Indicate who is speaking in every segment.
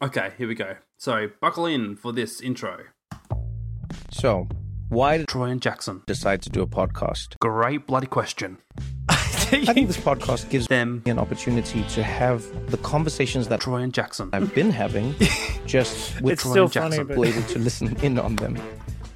Speaker 1: Okay, here we go. So, buckle in for this intro.
Speaker 2: So, why did
Speaker 1: Troy and Jackson.
Speaker 2: you decide to do a podcast?
Speaker 1: Great bloody question.
Speaker 2: I think this podcast gives me
Speaker 1: Them,
Speaker 2: an opportunity to have the conversations that
Speaker 1: Troy and Jackson.
Speaker 2: I've been having, just with
Speaker 3: It's
Speaker 2: Troy
Speaker 3: still
Speaker 2: and Jackson,
Speaker 3: funny, but-
Speaker 2: people able to listen in on them.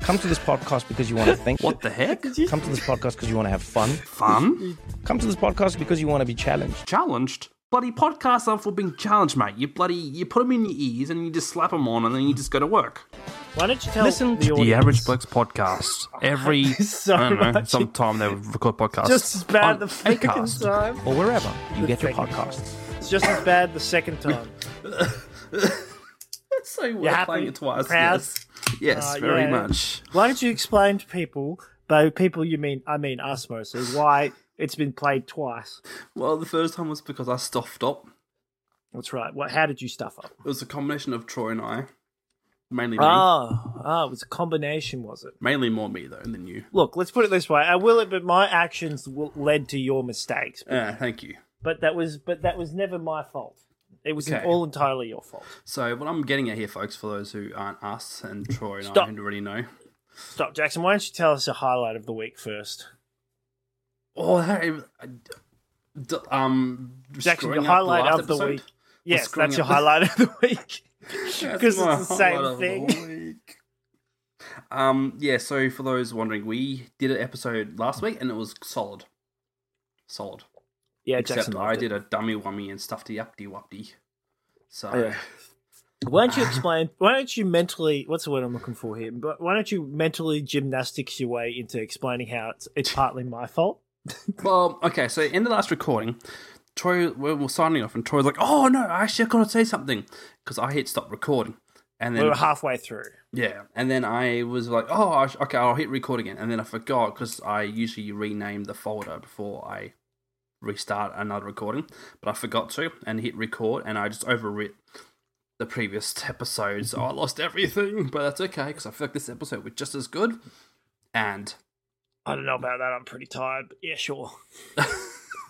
Speaker 2: Come to this podcast because you want to think.
Speaker 1: What the heck?
Speaker 2: Come to this podcast because you want to have fun.
Speaker 1: Fun?
Speaker 2: Come to this podcast because you want to be challenged.
Speaker 1: Challenged? Bloody podcasts are for being challenged, mate. You bloody, you put them in your ears and you just slap them on and then you just go to work.
Speaker 3: Why don't you tell
Speaker 2: Listen
Speaker 3: the
Speaker 2: to
Speaker 3: audience?
Speaker 1: The Average Blokes podcast. Every,
Speaker 3: So
Speaker 1: I don't know,
Speaker 3: much.
Speaker 1: sometime they record podcasts.
Speaker 3: Just as bad
Speaker 1: on
Speaker 3: the fucking
Speaker 1: Acast.
Speaker 3: time.
Speaker 2: Or wherever you get your podcasts.
Speaker 3: It's just as bad the second time.
Speaker 1: It's so
Speaker 3: You
Speaker 1: weird
Speaker 3: happy?
Speaker 1: playing it twice.
Speaker 3: Proud?
Speaker 1: Yes, yes
Speaker 3: Uh,
Speaker 1: very
Speaker 3: yeah.
Speaker 1: much.
Speaker 3: Why don't you explain to people, by people you mean, I mean us mostly, why it's been played twice?
Speaker 1: Well, the first time was because I stuffed up.
Speaker 3: That's right. What? How did you stuff up?
Speaker 1: It was a combination of Troy and I, mainly me.
Speaker 3: Oh, oh, it was a combination, was it?
Speaker 1: Mainly more me though than you.
Speaker 3: Look, let's put it this way. I will it, but my actions w- led to your mistakes.
Speaker 1: Uh, thank you.
Speaker 3: But that was, but that was never my fault. It was
Speaker 1: Okay.
Speaker 3: all entirely your fault.
Speaker 1: So what I'm getting at here, folks, for those who aren't us and Troy and I
Speaker 3: Stop.
Speaker 1: who already know.
Speaker 3: Stop, Jackson. Why don't you tell us a highlight of the week first?
Speaker 1: Oh, hey, I- d- um,
Speaker 3: Jackson,
Speaker 1: screwing
Speaker 3: your
Speaker 1: up
Speaker 3: highlight
Speaker 1: last
Speaker 3: of the
Speaker 1: episode?
Speaker 3: week. Yes,
Speaker 1: screwing
Speaker 3: that's your
Speaker 1: up the-
Speaker 3: highlight of the week.
Speaker 1: That's
Speaker 3: because
Speaker 1: my
Speaker 3: it's the same
Speaker 1: highlight of
Speaker 3: thing.
Speaker 1: week. Um, yeah. So for those wondering, we did an episode last week and it was solid, solid.
Speaker 3: Yeah,
Speaker 1: Except
Speaker 3: Jackson.
Speaker 1: I did a dummy wummy and stuffy upty wupty. So
Speaker 3: Oh, Why don't you explain? Why don't you mentally? What's the word I'm looking for here? But why don't you mentally gymnastics your way into explaining how it's it's partly my fault?
Speaker 1: Well, okay, so in the last recording, Troy, we were signing off, and Troy's like, oh no, I actually got to say something. Because I hit stop recording. And
Speaker 3: we
Speaker 1: then,
Speaker 3: were halfway through.
Speaker 1: yeah, and then I was like, oh, I sh- okay, I'll hit record again. And then I forgot because I usually rename the folder before I restart another recording, but I forgot to and hit record, and I just overwrit the previous episode, so I lost everything, but that's okay because I feel like this episode was just as good. And,
Speaker 3: I don't know about that. I'm pretty tired. But yeah, sure.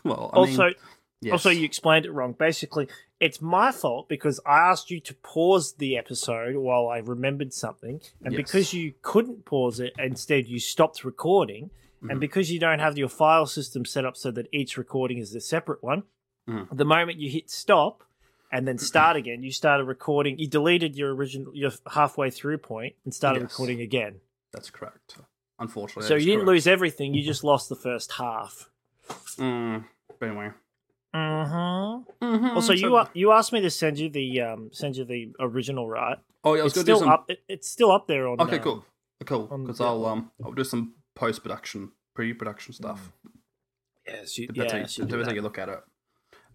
Speaker 1: well, I
Speaker 3: also,
Speaker 1: mean, yes.
Speaker 3: also you explained it wrong. Basically, it's my fault because I asked you to pause the episode while I remembered something, and
Speaker 1: Yes.
Speaker 3: because you couldn't pause it, instead you stopped recording.
Speaker 1: Mm-hmm.
Speaker 3: And because you don't have your file system set up so that each recording is a separate one,
Speaker 1: Mhm.
Speaker 3: the moment you hit stop and then start again, you started recording. You deleted your original your halfway through point and started
Speaker 1: Yes.
Speaker 3: recording again.
Speaker 1: That's correct. Unfortunately,
Speaker 3: so
Speaker 1: that's
Speaker 3: you didn't
Speaker 1: correct. Mm-hmm.
Speaker 3: lose everything; you just lost the first half.
Speaker 1: Mm, but anyway,
Speaker 3: Mm-hmm.
Speaker 1: mm-hmm.
Speaker 3: Also, you a- you asked me to send you the um send you the original, right?
Speaker 1: Oh, yeah, I was going
Speaker 3: It's
Speaker 1: to do
Speaker 3: still
Speaker 1: some.
Speaker 3: up. It, it's still up there on.
Speaker 1: okay,
Speaker 3: uh,
Speaker 1: cool, cool.
Speaker 3: on
Speaker 1: Because
Speaker 3: the-
Speaker 1: I'll um, I'll do some post production, pre production
Speaker 3: Mm.
Speaker 1: stuff.
Speaker 3: Yes, you,
Speaker 1: If that's how you-
Speaker 3: yes, you
Speaker 1: if
Speaker 3: do
Speaker 1: that's how
Speaker 3: that.
Speaker 1: you look at it.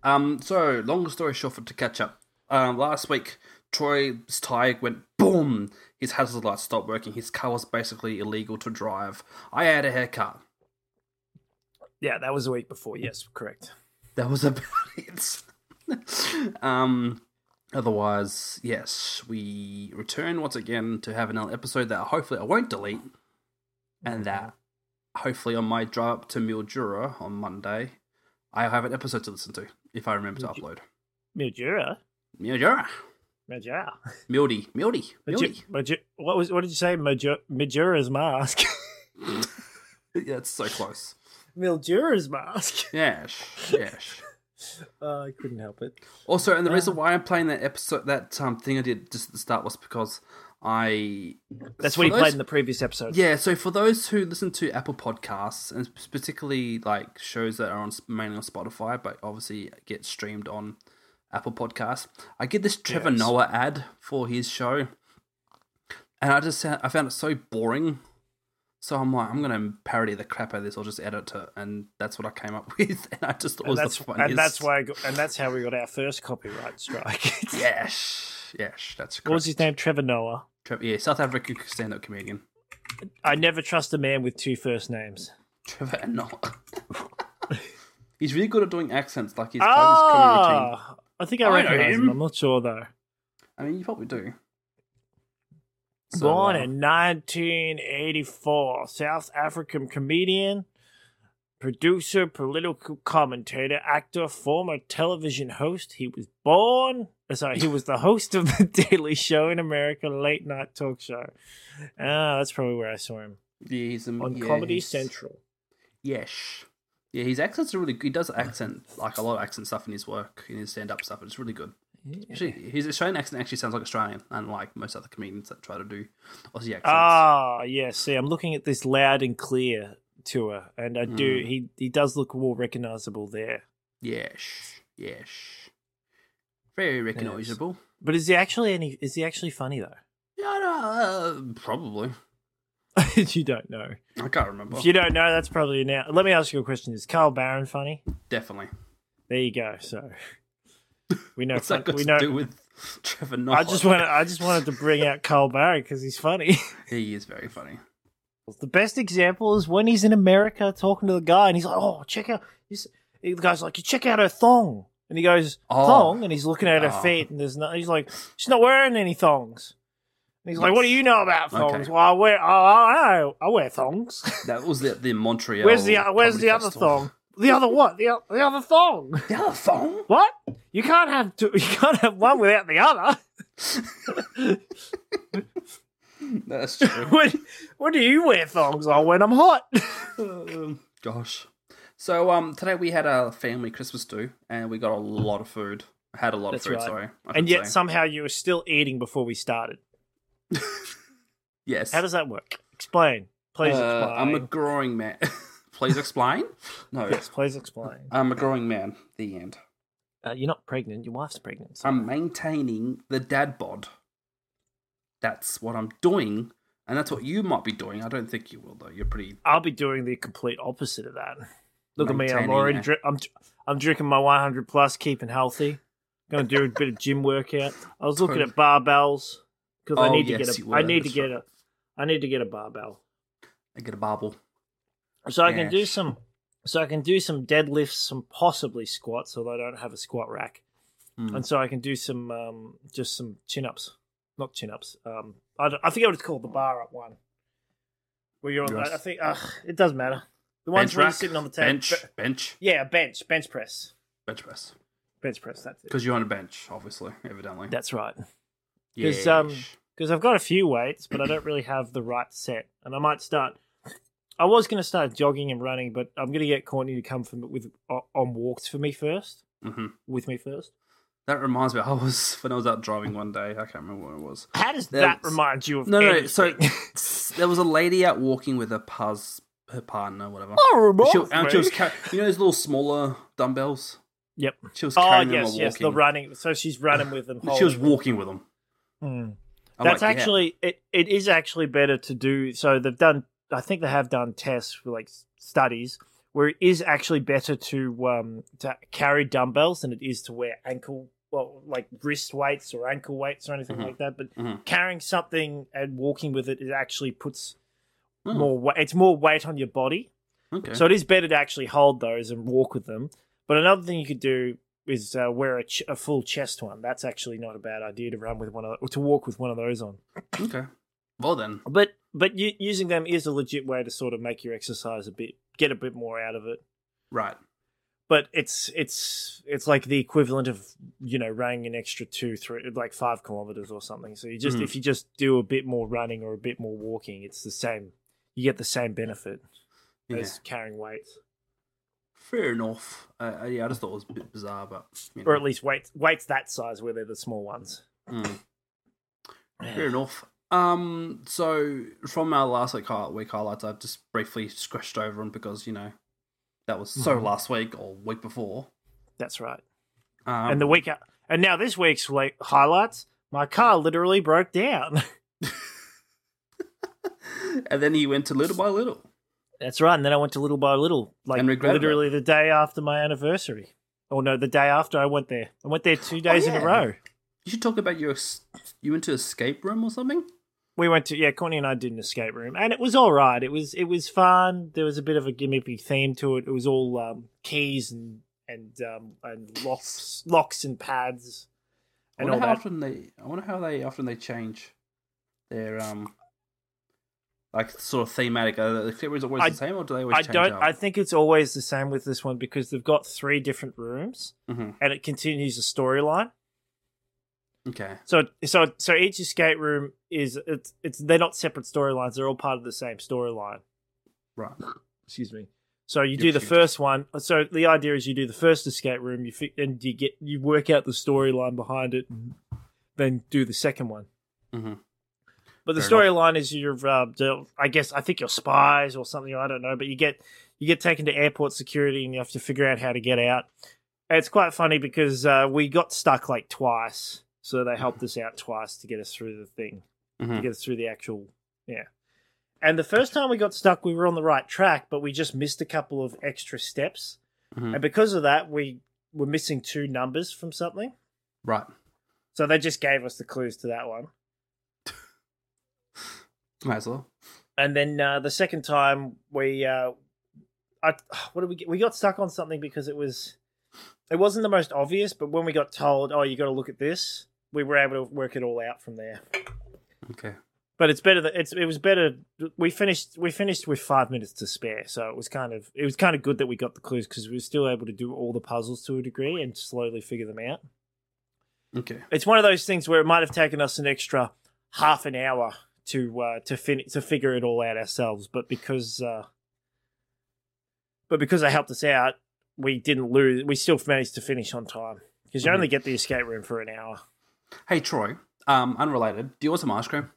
Speaker 1: Um. So, long story short, for to catch up. Um. Last week, Troy's tire went boom. His hazard lights stopped working. His car was basically illegal to drive. I had a haircut.
Speaker 3: Yeah, that was the week before. Yes, correct.
Speaker 1: that was about it. um, otherwise, yes, we return once again to have another episode that hopefully I won't delete,
Speaker 3: Mm.
Speaker 1: and that hopefully on my drive up to Mildura on Monday, I have an episode to listen to if I remember to upload.
Speaker 3: Mildura,
Speaker 1: Mildura,
Speaker 3: Mildura,
Speaker 1: Mildy, Mildy, Mildy.
Speaker 3: Maju- Maju- What was what did you say? Maju- Mildura's mask.
Speaker 1: Yeah, it's so close.
Speaker 3: Mildura's mask.
Speaker 1: Yes, yes.
Speaker 3: Uh, I couldn't help it.
Speaker 1: Also, and the
Speaker 3: Ah.
Speaker 1: reason why I'm playing that episode, that um, thing I did just at the start was because I.
Speaker 3: That's
Speaker 1: for
Speaker 3: what he
Speaker 1: those-
Speaker 3: played in the previous episode.
Speaker 1: Yeah, so for those who listen to Apple Podcasts and particularly like shows that are on mainly on Spotify, but obviously get streamed on Apple Podcasts, I get this Trevor
Speaker 3: Yes.
Speaker 1: Noah ad for his show, and I just found, I found it so boring. So I'm like, I'm gonna parody the crap out of this, or just edit it, and that's what I came up with, and I just thought it
Speaker 3: and
Speaker 1: was
Speaker 3: that's
Speaker 1: the funniest.
Speaker 3: and that's why I got, and that's how we got our first copyright strike.
Speaker 1: yes, yes, that's correct.
Speaker 3: what was his name? Trevor Noah.
Speaker 1: Trevor, yeah, South African stand-up comedian
Speaker 3: I never trust a man with two first names.
Speaker 1: Trevor and Noah. he's really good at doing accents, like he's his comedy routine.
Speaker 3: Ah, I think
Speaker 1: I
Speaker 3: I,
Speaker 1: know
Speaker 3: recognize him.
Speaker 1: him.
Speaker 3: I'm not sure though.
Speaker 1: I mean, you probably do.
Speaker 3: Born
Speaker 1: uh,
Speaker 3: in 1984, South African comedian, producer, political commentator, actor, former television host. He was born uh, Sorry, he was the host of the Daily Show in America late night talk show. Ah, that's probably where I saw him
Speaker 1: Yeah, he's um,
Speaker 3: on
Speaker 1: yeah,
Speaker 3: Comedy
Speaker 1: he's-
Speaker 3: Central.
Speaker 1: Yes. Yeah, his accents are really good. He does accent, like a lot of accent stuff in his work, in his stand up stuff, and it's really good. Actually, his Australian accent actually sounds like Australian, unlike most other comedians that try to do Aussie accents.
Speaker 3: Ah, yeah. See, I'm looking at this loud and clear tour, and I
Speaker 1: Hmm.
Speaker 3: do. He he does look more recognizable there.
Speaker 1: Yes. Yes. Very recognizable.
Speaker 3: But is he actually any? Is he actually funny though?
Speaker 1: Yeah, no, uh, probably.
Speaker 3: you don't know.
Speaker 1: I can't remember.
Speaker 3: If you don't know, that's probably now. Let me ask you a question: Is Carl Barron funny?
Speaker 1: Definitely.
Speaker 3: There you go. So we know.
Speaker 1: What's that got
Speaker 3: we
Speaker 1: to
Speaker 3: know.
Speaker 1: do with Trevor Noah?
Speaker 3: I just wanted. I just wanted to bring out Carl Barron because he's funny.
Speaker 1: He is very funny.
Speaker 3: The best example is when he's in America talking to the guy, and he's like, "Oh, check out." He's, the guy's like, "You check out her thong," and he goes,
Speaker 1: Oh.
Speaker 3: "Thong," and he's looking at her
Speaker 1: Oh.
Speaker 3: feet, and there's no. He's like, "She's not wearing any thongs." And he's like, "What do you know about
Speaker 1: Okay.
Speaker 3: thongs?" Well, I wear, oh, I, I wear thongs.
Speaker 1: That was the, the Montreal.
Speaker 3: where's the uh, Where's
Speaker 1: Comedy
Speaker 3: the other
Speaker 1: Festival.
Speaker 3: thong? The other what? The, o- the other thong?
Speaker 1: The other thong?
Speaker 3: What? You can't have two, you can't have one without the other.
Speaker 1: That's true.
Speaker 3: When, when do you wear thongs? Oh, when I'm hot.
Speaker 1: Um, Gosh. So um, today we had a family Christmas do, and we got a lot of food. Had a lot
Speaker 3: That's
Speaker 1: of food.
Speaker 3: right.
Speaker 1: Sorry. I
Speaker 3: and
Speaker 1: should
Speaker 3: yet
Speaker 1: say.
Speaker 3: somehow you were still eating before we started.
Speaker 1: yes.
Speaker 3: How does that work? Explain. Please
Speaker 1: Uh,
Speaker 3: explain.
Speaker 1: I'm a growing man. Please explain. No,
Speaker 3: yes, please explain.
Speaker 1: I'm a growing man. The end.
Speaker 3: Uh, you're not pregnant. Your wife's pregnant. so-
Speaker 1: I'm maintaining the dad bod. That's what I'm doing, and that's what you might be doing. I don't think you will though. You're pretty.
Speaker 3: I'll be doing the complete opposite of that. Look at me. I'm
Speaker 1: Maintaining
Speaker 3: already.
Speaker 1: a-
Speaker 3: Dri- I'm. I'm drinking my 100 plus, keeping healthy. Going to do a bit of gym workout. I was looking at barbells because I
Speaker 1: Oh,
Speaker 3: need to
Speaker 1: yes,
Speaker 3: get
Speaker 1: you
Speaker 3: a.
Speaker 1: were,
Speaker 3: I need to
Speaker 1: that's
Speaker 3: get a. I need to get a barbell.
Speaker 1: I get a barbell.
Speaker 3: So I can do
Speaker 1: Yes.
Speaker 3: some. So I can do some deadlifts, some possibly squats, although I don't have a squat rack,
Speaker 1: Hmm.
Speaker 3: and so I can do some um, just some chin ups, not chin ups. Um, I, don't- I forget what it's called, the bar up one, where you're on.
Speaker 1: Yes.
Speaker 3: I think ugh, it doesn't matter. The ones
Speaker 1: bench
Speaker 3: where you're
Speaker 1: rack,
Speaker 3: sitting on the table.
Speaker 1: bench,
Speaker 3: Be-
Speaker 1: bench,
Speaker 3: yeah, bench, bench press,
Speaker 1: bench press.
Speaker 3: bench press. That's it.
Speaker 1: Because you're on a bench, obviously, evidently.
Speaker 3: That's right.
Speaker 1: Yes.
Speaker 3: Because um, because I've got a few weights, but I don't really have the right set, and I might start. I was going to start jogging and running, but I'm going to get Courtney to come for me with o- on walks for me first.
Speaker 1: hmm
Speaker 3: With me first.
Speaker 1: That reminds me. I was when I was out driving one day. I can't remember what it was.
Speaker 3: How does
Speaker 1: That
Speaker 3: that
Speaker 1: was-
Speaker 3: remind you of?
Speaker 1: No, no.
Speaker 3: anything?
Speaker 1: no so there was a lady out walking with her pars, her partner, whatever.
Speaker 3: horrible.
Speaker 1: she, and she was, ca- you know, those little smaller dumbbells.
Speaker 3: yep.
Speaker 1: She was
Speaker 3: Oh
Speaker 1: carrying them
Speaker 3: yes,
Speaker 1: while
Speaker 3: yes. The
Speaker 1: walking.
Speaker 3: running. So she's running with them.
Speaker 1: she was
Speaker 3: holding them.
Speaker 1: walking with them.
Speaker 3: Mm.
Speaker 1: Hmm. I'm
Speaker 3: That's
Speaker 1: like, yeah.
Speaker 3: actually it. It is actually better to do. So they've done. I think they have done tests for like s- studies where it is actually better to um to carry dumbbells than it is to wear ankle well like wrist weights or ankle weights or anything
Speaker 1: Mhm.
Speaker 3: like that. But
Speaker 1: Mhm.
Speaker 3: carrying something and walking with it, it actually puts
Speaker 1: Oh,
Speaker 3: more weight. It's more weight on your body.
Speaker 1: Okay.
Speaker 3: So it is better to actually hold those and walk with them. But another thing you could do is uh, wear a, ch- a full chest one. That's actually not a bad idea to run with one of or to walk with one of those on.
Speaker 1: okay. Well then,
Speaker 3: But but u- using them is a legit way to sort of make your exercise a bit get a bit more out of it.
Speaker 1: right.
Speaker 3: But it's it's it's like the equivalent of you know running an extra two three like five kilometers or something. So you just
Speaker 1: Mhm.
Speaker 3: if you just do a bit more running or a bit more walking, it's the same. You get the same benefit
Speaker 1: Yeah.
Speaker 3: as carrying weights,
Speaker 1: Fair enough. Uh, uh, yeah, I just thought it was a bit bizarre, but you know.
Speaker 3: or at least weights weights that size where they're the small ones.
Speaker 1: Mm. Fair enough. Um, so from our last week, hi- week highlights, I've just briefly scratched over them because you know that was so
Speaker 3: Mhm.
Speaker 1: last week or week before.
Speaker 3: That's right.
Speaker 1: Um,
Speaker 3: and the week and now this week's like highlights. My car literally broke down.
Speaker 1: and then he went to little by little.
Speaker 3: That's right. And then I went to little by little, like
Speaker 1: And regretted it.
Speaker 3: literally the day after my anniversary. Oh no, the day after I went there. I went there two days in
Speaker 1: yeah.
Speaker 3: a row.
Speaker 1: You should talk about your ex- you went to escape room or something.
Speaker 3: We went to yeah, Courtney and I did an escape room, and it was all right. It was it was fun. There was a bit of a gimmicky theme to it. It was all um, keys and and um, and locks locks and pads
Speaker 1: I
Speaker 3: and
Speaker 1: wonder
Speaker 3: all
Speaker 1: how
Speaker 3: that.
Speaker 1: often they. I wonder how they often they change their um like sort of thematic. Are the escape rooms always
Speaker 3: I-
Speaker 1: the same, or do they always
Speaker 3: I
Speaker 1: change
Speaker 3: don't.
Speaker 1: up?
Speaker 3: I think it's always the same with this one because they've got three different rooms,
Speaker 1: Mhm.
Speaker 3: and it continues the storyline.
Speaker 1: Okay.
Speaker 3: So so so each escape room is it's it's they're not separate storylines. They're all part of the same storyline.
Speaker 1: Right.
Speaker 3: Excuse me. So you
Speaker 1: Yep,
Speaker 3: do the
Speaker 1: shoot.
Speaker 3: first one. So the idea is you do the first escape room. You fi- and you get you work out the storyline behind it. And
Speaker 1: Mm-hmm.
Speaker 3: then do the second one.
Speaker 1: Mhm.
Speaker 3: But the
Speaker 1: Fair
Speaker 3: storyline is you're, uh, de- I guess, I think you're spies or something. I don't know, but you get you get taken to airport security and you have to figure out how to get out. And it's quite funny because uh, we got stuck like twice, so they helped us out twice to get us through the thing, to
Speaker 1: Mhm.
Speaker 3: get us through the actual, yeah. And the first time we got stuck, we were on the right track, but we just missed a couple of extra steps,
Speaker 1: Mhm.
Speaker 3: and because of that, we were missing two numbers from something.
Speaker 1: Right.
Speaker 3: So they just gave us the clues to that one.
Speaker 1: Might as well.
Speaker 3: and then uh, the second time we uh, I, what did we get? we got stuck on something because it was it wasn't the most obvious but when we got told oh you got to look at this we were able to work it all out from there
Speaker 1: Okay.
Speaker 3: but it's better that it's it was better we finished we finished with 5 minutes to spare so it was kind of it was kind of good that we got the clues cuz we were still able to do all the puzzles to a degree and slowly figure them out
Speaker 1: Okay.
Speaker 3: it's one of those things where it might have taken us an extra half an hour to uh, to fin- to figure it all out ourselves, but because uh, but because they helped us out, we didn't lose. We still managed to finish on time because you
Speaker 1: Mm-hmm.
Speaker 3: only get the escape room for an hour.
Speaker 1: Hey Troy. Um, unrelated. Do you want some ice cream?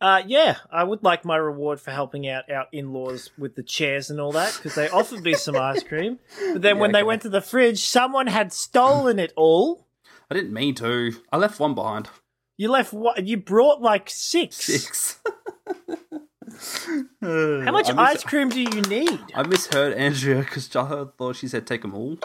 Speaker 3: Uh, yeah, I would like my reward for helping out our in laws with the chairs and all that because they offered me some ice cream, but then
Speaker 1: Yeah,
Speaker 3: when they
Speaker 1: okay.
Speaker 3: went to the fridge, someone had stolen it all.
Speaker 1: I didn't mean to. I left one behind.
Speaker 3: You left what? You brought like six.
Speaker 1: Six.
Speaker 3: How much ice cream do you need?
Speaker 1: I misheard Andrea because I thought she said take them all.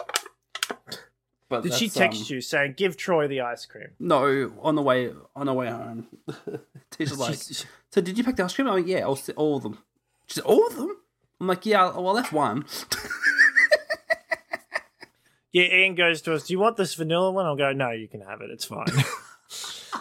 Speaker 1: But
Speaker 3: Did she
Speaker 1: that's,
Speaker 3: text
Speaker 1: um,
Speaker 3: you saying give Troy the ice cream?
Speaker 1: No, on the way on the way home. Tisha's like,
Speaker 3: She's-
Speaker 1: so did you pack the ice cream? Oh yeah, all, s- all of them. She said, all of them. I'm like, yeah, well, I left one.
Speaker 3: yeah, Ian goes to us. Do you want this vanilla one? I'll go. No, you can have it. It's fine.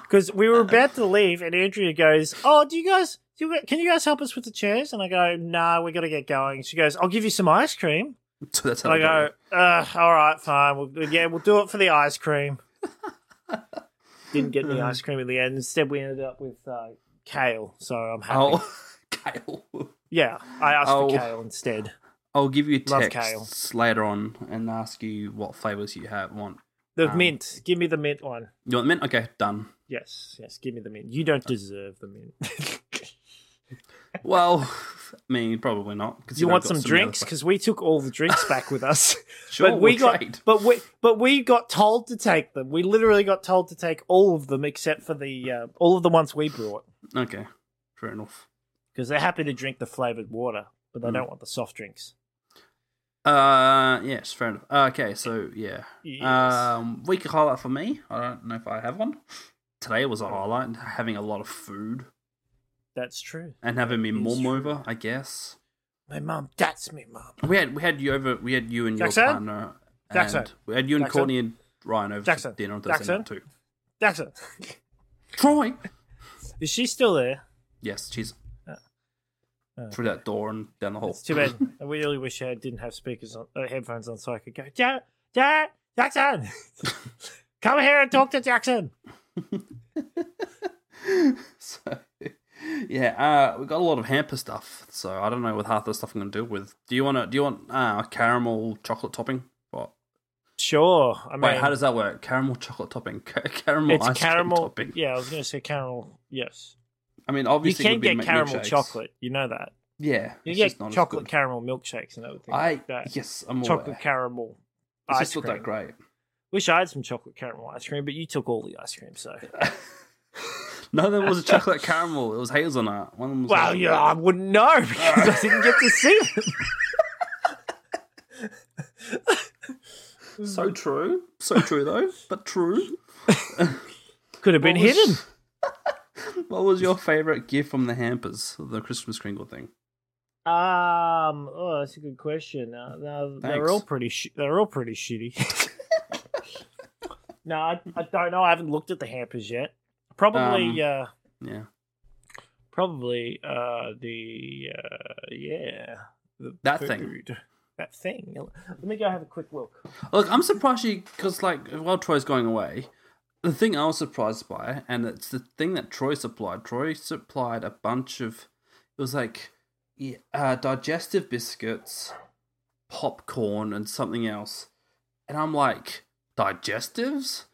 Speaker 3: Because we were about to leave, and Andrea goes, "Oh, do you guys? Do you, can you guys help us with the chairs?" And I go, "Nah, we got to get going." She goes, "I'll give you some ice cream."
Speaker 1: so that's how
Speaker 3: And I
Speaker 1: I
Speaker 3: go, "Uh, all right, fine. We'll, yeah, we'll do it for the ice cream." Didn't get
Speaker 1: Uh.
Speaker 3: the ice cream in the end. Instead, we ended up with uh, kale. So I'm happy.
Speaker 1: Oh, Kale.
Speaker 3: Yeah, I asked
Speaker 1: Oh.
Speaker 3: for kale instead.
Speaker 1: I'll give you
Speaker 3: Love
Speaker 1: texts later on and ask you what flavors you have want.
Speaker 3: The
Speaker 1: Um,
Speaker 3: mint. Give me the mint one.
Speaker 1: You want mint? Okay, done.
Speaker 3: Yes, yes. Give me the mint. You don't deserve the mint.
Speaker 1: Well, I mean, probably not.
Speaker 3: Do you want some drinks? Because we took all the drinks back with us.
Speaker 1: Sure,
Speaker 3: but we
Speaker 1: we'll
Speaker 3: got,
Speaker 1: trade.
Speaker 3: but we, but we got told to take them. We literally got told to take all of them except for the uh, all of the ones we brought
Speaker 1: Okay, fair enough.
Speaker 3: because they're happy to drink the flavored water, but
Speaker 1: Hmm.
Speaker 3: they don't want the soft drinks.
Speaker 1: Uh, yes, fair enough. Okay, so yeah,
Speaker 3: Yes.
Speaker 1: um, week highlight for me. I don't know if I have one. Today was a highlight, having a lot of food
Speaker 3: That's true.
Speaker 1: and having me
Speaker 3: It is
Speaker 1: mum
Speaker 3: true.
Speaker 1: over. I guess
Speaker 3: My mum. That's me, mum.
Speaker 1: we had we had you over. We had you and
Speaker 3: Jackson?
Speaker 1: your partner. And
Speaker 3: Jackson?
Speaker 1: We had you and
Speaker 3: Jackson?
Speaker 1: Courtney and Ryan over
Speaker 3: Jackson?
Speaker 1: for dinner on Thursday night
Speaker 3: Jackson?
Speaker 1: too.
Speaker 3: That's it.
Speaker 1: Troy.
Speaker 3: Is she still there?
Speaker 1: Yes, she's
Speaker 3: Uh, uh,
Speaker 1: through that door and down the hall.
Speaker 3: It's too bad. I really wish I didn't have speakers on uh, headphones on, so I could go, Dad, Dad, Jackson, come here and talk to Jackson.
Speaker 1: so yeah, uh, we got a lot of hamper stuff. So I don't know with half the stuff I'm gonna deal with. Do you want to? Do you want uh, caramel chocolate topping? What?
Speaker 3: Sure. I mean,
Speaker 1: Wait, how does that work? Caramel chocolate topping. Ca- caramel
Speaker 3: it's
Speaker 1: ice
Speaker 3: caramel?
Speaker 1: cream topping.
Speaker 3: Yeah, I was going to say caramel. Yes,
Speaker 1: I mean,
Speaker 3: you
Speaker 1: obviously it
Speaker 3: can
Speaker 1: would be
Speaker 3: get
Speaker 1: mi-
Speaker 3: caramel
Speaker 1: milkshakes.
Speaker 3: chocolate. You know that.
Speaker 1: Yeah,
Speaker 3: You
Speaker 1: it's
Speaker 3: get
Speaker 1: just not as
Speaker 3: chocolate
Speaker 1: good.
Speaker 3: caramel milkshakes and everything.
Speaker 1: I
Speaker 3: like that.
Speaker 1: yes, I'm
Speaker 3: chocolate
Speaker 1: aware.
Speaker 3: caramel.
Speaker 1: It's
Speaker 3: ice
Speaker 1: just not
Speaker 3: cream.
Speaker 1: that great.
Speaker 3: Wish I had some chocolate caramel ice cream, but you took all the ice cream. So,
Speaker 1: No, there was a chocolate caramel. It was hazelnut. One of them was
Speaker 3: well,
Speaker 1: hazelnut.
Speaker 3: yeah, I wouldn't know because I didn't get to see them.
Speaker 1: so true, so true though, but true.
Speaker 3: Could have been
Speaker 1: What was-
Speaker 3: hidden.
Speaker 1: What was your favorite gift from the hampers, the Christmas Kringle thing?
Speaker 3: Um, oh, that's a good question. Uh, no, they're
Speaker 1: Thanks.
Speaker 3: all pretty. Sh- they're all pretty shitty. no, I, I don't know. I haven't looked at the hampers yet. Probably,
Speaker 1: Um,
Speaker 3: uh,
Speaker 1: Yeah,
Speaker 3: probably uh, the uh, yeah, the
Speaker 1: That thing.
Speaker 3: food. that thing. Let me go have a quick look.
Speaker 1: Look, I'm surprised you because like while Troy's going away, the thing I was surprised by, and it's the thing that Troy supplied. Troy supplied a bunch of it was like yeah, uh, digestive biscuits, popcorn, and something else. And I'm like, digestives?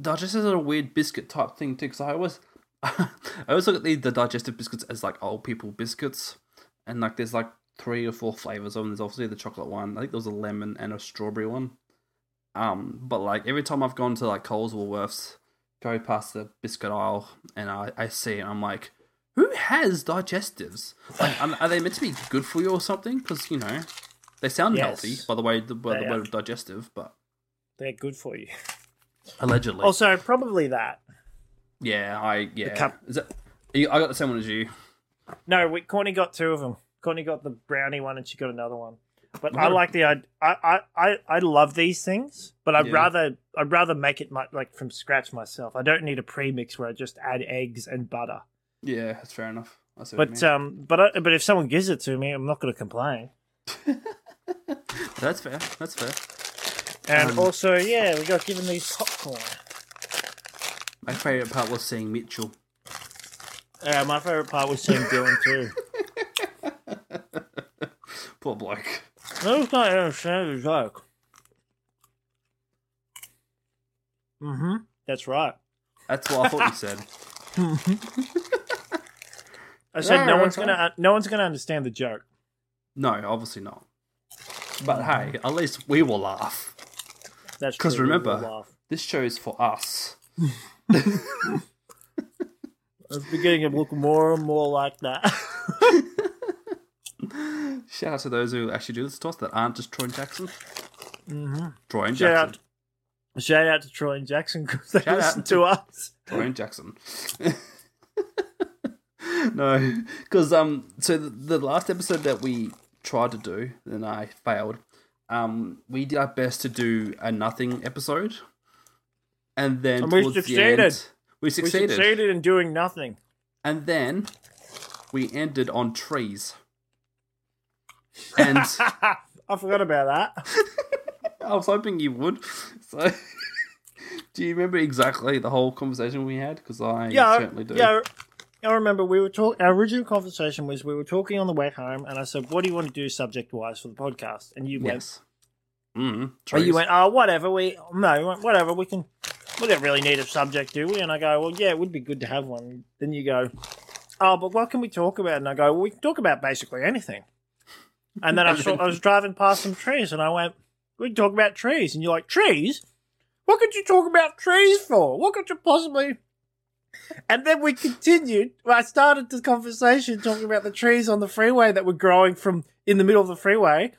Speaker 1: Digestives are a weird biscuit type thing too, because I always, I always look at the, the digestive biscuits as like old people biscuits, and like there's like three or four flavors of them. There's obviously the chocolate one. I think there was a lemon and a strawberry one. Um, but like every time I've gone to like Coles Woolworths, go past the biscuit aisle, and I I see it, and I'm like, who has digestives? Like, are are they meant to be good for you or something? Because you know, they sound
Speaker 3: Yes.
Speaker 1: healthy by the way the, by
Speaker 3: They
Speaker 1: the
Speaker 3: are.
Speaker 1: word digestive, but
Speaker 3: They're good for you.
Speaker 1: allegedly.
Speaker 3: Also, probably that.
Speaker 1: yeah, I yeah.
Speaker 3: cup-
Speaker 1: Is that, you- I got the same one as you.
Speaker 3: No, we, Corny got two of them. Corny got the brownie one, and she got another one. But I
Speaker 1: Wow.
Speaker 3: like the I I I I love these things, but I'd
Speaker 1: Yeah.
Speaker 3: rather I'd rather make it my, like from scratch myself. I don't need a premix where I just add eggs and butter.
Speaker 1: Yeah, that's fair enough. I see what you
Speaker 3: But
Speaker 1: mean.
Speaker 3: um, but I, but if someone gives it to me, I'm not going to complain.
Speaker 1: that's fair. That's fair.
Speaker 3: And also, yeah, we got given these popcorn.
Speaker 1: My favorite part was seeing Mitchell.
Speaker 3: Uh, my favorite part was seeing Dylan too.
Speaker 1: Poor bloke.
Speaker 3: That was not understand the joke. Mm-hmm. That's right.
Speaker 1: That's what I thought you said.
Speaker 3: I said
Speaker 1: Yeah,
Speaker 3: no
Speaker 1: that's
Speaker 3: one's gonna uh, no one's gonna understand the joke.
Speaker 1: No, obviously not. But hey, at least we will laugh.
Speaker 3: That's
Speaker 1: 'Cause
Speaker 3: true, we will
Speaker 1: remember-
Speaker 3: laugh.
Speaker 1: This show is for us.
Speaker 3: it's beginning to look more and more like that.
Speaker 1: Shout out to those who actually do this to us that aren't just Troy and Jackson. Mm-hmm. Troy and
Speaker 3: Shout
Speaker 1: Jackson.
Speaker 3: out, shout out to Troy and Jackson because they
Speaker 1: Shout out
Speaker 3: listen
Speaker 1: to-
Speaker 3: to us.
Speaker 1: Troy and Jackson. no, because um, so the, the last episode that we tried to do and I failed. Um, we did our best to do a nothing episode, and then
Speaker 3: And we
Speaker 1: towards the
Speaker 3: succeeded.
Speaker 1: end- we
Speaker 3: We
Speaker 1: succeeded.
Speaker 3: succeeded in doing nothing.
Speaker 1: And then we ended on trees. And I
Speaker 3: I forgot about that.
Speaker 1: was hoping you would. So, do you remember exactly the whole conversation we had? Because I
Speaker 3: Yeah, I-
Speaker 1: certainly do.
Speaker 3: yeah. I remember we were talking. Our original conversation was we were talking on the way home, and I said, "What do you want to do subject wise for the podcast?" And you went,
Speaker 1: Yes. Mm,
Speaker 3: Or
Speaker 1: trees.
Speaker 3: you went, oh, whatever, we, no, you went, whatever, we can, we don't really need a subject, do we? And I go, well, yeah, it would be good to have one. Then you go, oh, but what can we talk about? And I go, well, we can talk about basically anything. And then I, saw, I was driving past some trees and I went, we can talk about trees. And you're like, trees? What could you talk about trees for? What could you possibly. And then we continued. Well, I started the conversation talking about the trees on the freeway that were growing from in the middle of the freeway.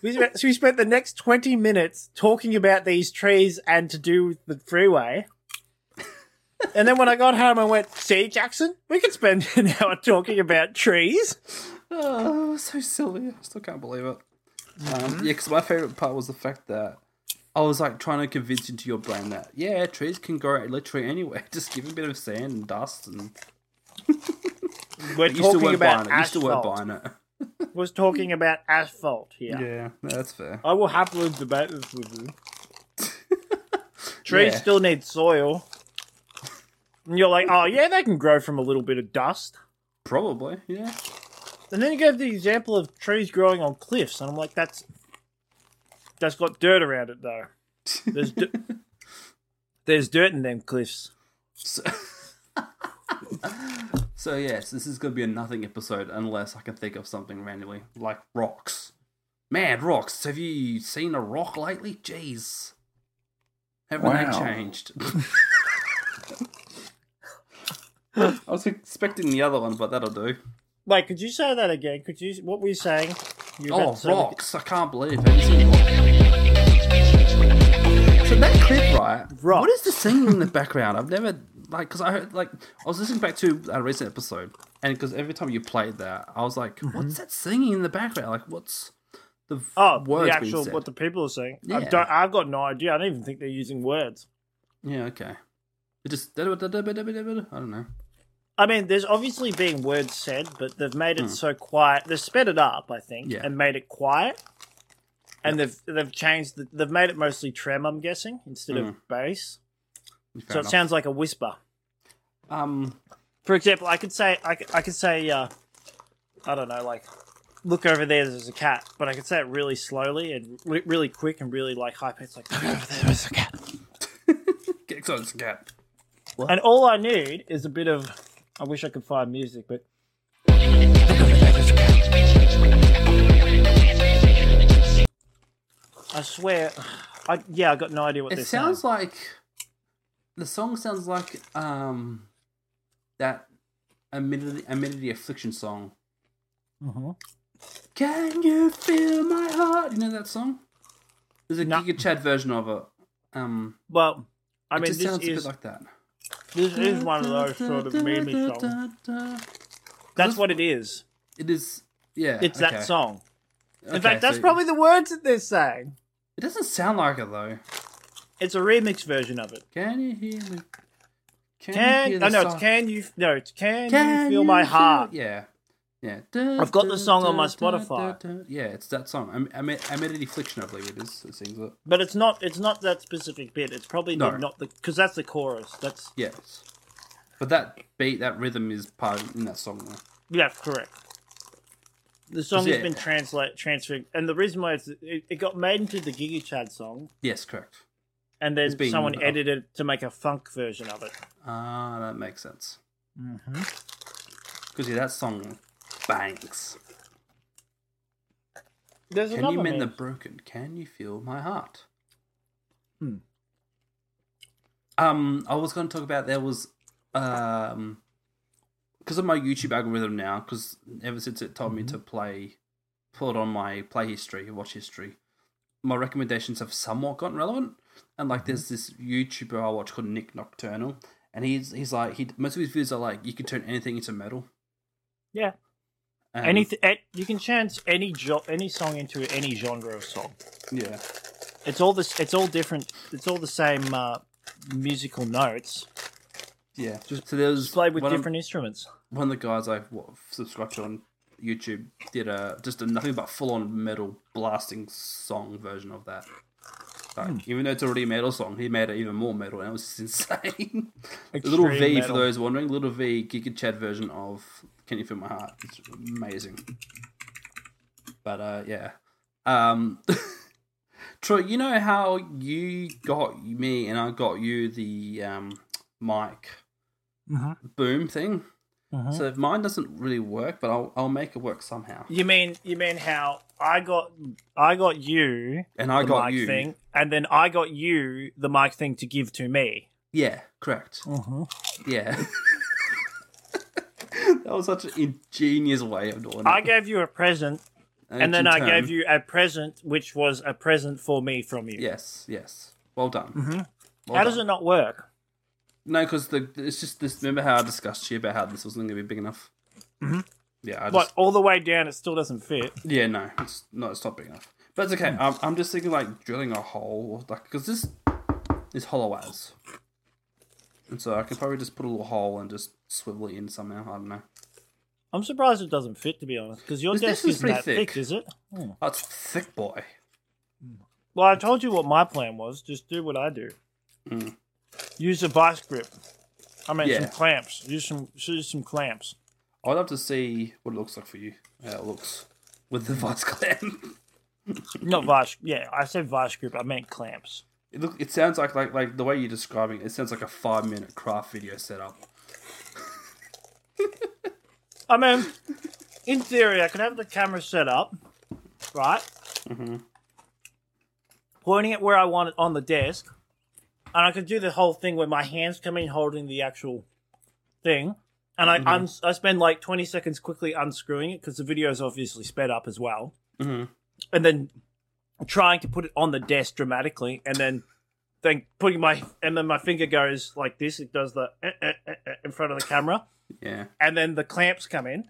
Speaker 3: We spent, so we spent the next 20 minutes talking about these trees and to do with the freeway. And then when I got home, I went, see, Jackson, we could spend an hour talking about trees.
Speaker 1: Oh, it was so silly. I still can't believe it. Um, yeah, because my favorite part was the fact that I was like trying to convince into your brain that yeah, trees can grow literally anywhere. Just give it a bit of sand and dust, and
Speaker 3: We're
Speaker 1: you still
Speaker 3: talking
Speaker 1: weren't buying
Speaker 3: about
Speaker 1: it. You still weren't
Speaker 3: asphalt.
Speaker 1: buying it.
Speaker 3: Was talking about asphalt here.
Speaker 1: Yeah, that's fair.
Speaker 3: I will happily debate this with you. Trees
Speaker 1: Yeah.
Speaker 3: still need soil. And you're like, oh, yeah, they can grow from a little bit of dust.
Speaker 1: Probably, yeah.
Speaker 3: And then you gave the example of trees growing on cliffs, and I'm like, that's that's got dirt around it though. There's di- there's dirt in them cliffs.
Speaker 1: So, so yes, this is going to be a nothing episode unless I can think of something randomly, like rocks. Man, rocks! Have you seen a rock lately? Jeez, haven't they
Speaker 4: Wow.
Speaker 1: changed? I was expecting the other one, but that'll do.
Speaker 3: Wait, could you say that again? Could you? What were you saying? You were about
Speaker 1: Oh,
Speaker 3: to say-
Speaker 1: rocks! I can't believe it. Have you seen rocks? So that clip, right?
Speaker 3: Rocks.
Speaker 1: What is the singing in the background? I've never like because I heard like I was listening back to a recent episode, and because every time you played that, I was like,
Speaker 3: Mm-hmm.
Speaker 1: "What's that singing in the background? Like, what's the v-
Speaker 3: Oh,
Speaker 1: words
Speaker 3: the
Speaker 1: being
Speaker 3: actual
Speaker 1: said?"
Speaker 3: what the people are saying. I
Speaker 1: Yeah.
Speaker 3: don't, I've got no idea. I don't even think they're using words.
Speaker 1: Yeah, okay. It just I don't know.
Speaker 3: I mean, there's obviously being words said, but they've made it so quiet. They've sped it up, I think,
Speaker 1: Hmm. Yeah.
Speaker 3: and made it quiet. and they've they've changed. The, they've made it mostly trem. I'm guessing instead of bass.
Speaker 1: Hmm. Fair
Speaker 3: so
Speaker 1: enough.
Speaker 3: it sounds like a whisper.
Speaker 1: um,
Speaker 3: For example, I could say I, c- I could say uh, I don't know, like look over there. There's a cat, but I could say it really slowly and re- really quick and really like high pitch, like look over there, there's a cat.
Speaker 1: get close, cat.
Speaker 3: And all I need is a bit of. I wish I could find music, but I swear, I yeah, I got no idea what
Speaker 1: It
Speaker 3: this
Speaker 1: sounds like the song sounds like um that amenity, amenity affliction song.
Speaker 3: Mm-hmm.
Speaker 1: Can you feel my heart? You know that song? There's a
Speaker 3: No.
Speaker 1: Giga Chad version of it. Um,
Speaker 3: Well, I
Speaker 1: it
Speaker 3: mean,
Speaker 1: just
Speaker 3: this
Speaker 1: sounds a bit
Speaker 3: is
Speaker 1: like that.
Speaker 3: this is one of those sort of meme songs. That's what it is.
Speaker 1: It is. Yeah,
Speaker 3: It's
Speaker 1: okay.
Speaker 3: that song. In
Speaker 1: Okay,
Speaker 3: fact, that's
Speaker 1: so
Speaker 3: probably the words that they're saying.
Speaker 1: It doesn't sound like it though.
Speaker 3: It's a remix version of it.
Speaker 1: Can you hear me? Can,
Speaker 3: Can
Speaker 1: the
Speaker 3: oh no,
Speaker 1: song?
Speaker 3: it's can you no, it's can,
Speaker 1: Can
Speaker 3: you feel my heart?
Speaker 1: Yeah, yeah.
Speaker 3: I've got the song on my Spotify.
Speaker 1: Yeah, it's that song. Am- Am- Amenity Affliction, I believe it is. It seems like.
Speaker 3: But it's not it's not that specific bit. It's probably
Speaker 1: No.
Speaker 3: the, not the because that's the chorus. That's
Speaker 1: Yes, but that beat, that rhythm is part in that song. Though.
Speaker 3: yeah, correct. The song
Speaker 1: Yeah.
Speaker 3: has been translate transferred, and the reason why it's, it, it got made into the Gigi Chad song,
Speaker 1: Yes, correct.
Speaker 3: and then
Speaker 1: been-
Speaker 3: someone
Speaker 1: oh.
Speaker 3: edited it to make a funk version of it.
Speaker 1: Ah, that makes sense.
Speaker 3: Mm-hmm.
Speaker 1: Because yeah, that song bangs.
Speaker 3: There's
Speaker 1: Can
Speaker 3: another
Speaker 1: you mend the
Speaker 3: meme.
Speaker 1: broken? Can you feel my heart? Hmm. Um, I was going to talk about there was, um, because of my YouTube algorithm now. Because ever since it told me
Speaker 3: Mm-hmm.
Speaker 1: to play, put on my play history, watch history, my recommendations have somewhat gotten relevant. And like,
Speaker 3: Mm-hmm.
Speaker 1: there's this YouTuber I watch called Nick Nocturnal, and he's he's like he most of his videos are like you can turn anything into metal.
Speaker 3: yeah.
Speaker 1: And-
Speaker 3: Anything you can chance any jo- any song into any genre of song.
Speaker 1: Yeah.
Speaker 3: It's all this. It's all different. It's all the same uh, musical notes,
Speaker 1: Yeah. Just, so there was
Speaker 3: played with
Speaker 1: one of-
Speaker 3: different instruments.
Speaker 1: one of the guys I what, subscribed to on YouTube did a just a nothing but full on metal blasting song version of that. Like,
Speaker 3: Hmm.
Speaker 1: Even though it's already a metal song, he made it even more metal, and it was just insane. the little V
Speaker 3: Extreme
Speaker 1: for
Speaker 3: metal.
Speaker 1: those wondering, little V Giga Chad version of "Can You Feel My Heart." It's amazing. But uh, yeah, um, Troy, you know how you got me and I got you the um, mic
Speaker 3: Mm-hmm.
Speaker 1: boom thing. So mine doesn't really work, but I'll I'll make it work somehow.
Speaker 3: You mean you mean how I got I got you
Speaker 1: And I
Speaker 3: the
Speaker 1: got
Speaker 3: mic
Speaker 1: you.
Speaker 3: thing, and then I got you the mic thing to give to me.
Speaker 1: Yeah, correct.
Speaker 3: Mm-hmm.
Speaker 1: Yeah. that was such an ingenious way of doing it.
Speaker 3: I gave you a present, and
Speaker 1: in
Speaker 3: then I
Speaker 1: turn-
Speaker 3: gave you a present, which was a present for me from you.
Speaker 1: Yes, yes. Well done.
Speaker 3: Mm-hmm.
Speaker 1: Well
Speaker 3: how
Speaker 1: done.
Speaker 3: does it not work?
Speaker 1: No, because the it's just this. Remember how I discussed to you about how this wasn't going to be big enough. Mm-hmm. Yeah, I just,
Speaker 3: Like all the way down, it still doesn't fit.
Speaker 1: Yeah, no, it's not. It's not big enough. But it's okay. I'm, I'm just thinking like drilling a hole, like because this is hollow as, and so I can probably just put a little hole and just swivel it in somehow. I don't know.
Speaker 3: I'm surprised it doesn't fit, to be honest, because your
Speaker 1: This- this is
Speaker 3: desk isn't
Speaker 1: pretty
Speaker 3: that thick.
Speaker 1: thick.
Speaker 3: is it?
Speaker 1: That's Oh, thick boy.
Speaker 3: Well, I told you what my plan was. Just do what I do. Use a vice grip. I mean,
Speaker 1: Mm. Yeah.
Speaker 3: some clamps. Use some use some clamps.
Speaker 1: I'd love to see what it looks like for you. How it looks with the vice clamp.
Speaker 3: Not vice. Yeah, I said vice grip. I meant clamps.
Speaker 1: It look. It sounds like like like the way you're describing it. It sounds like a five minute craft video setup.
Speaker 3: I mean, in theory, I could have the camera set up, right? Pointing it where I want it on the desk, and I could do the whole thing where my hands come in holding the actual thing, and I uns- I spend like twenty seconds quickly unscrewing it because the video is obviously sped up as well, and then trying to put it on the desk dramatically, and then. Then putting my and then my finger goes like this. It does the eh, eh, eh, eh, in front of the camera,
Speaker 1: Yeah.
Speaker 3: and then the clamps come in.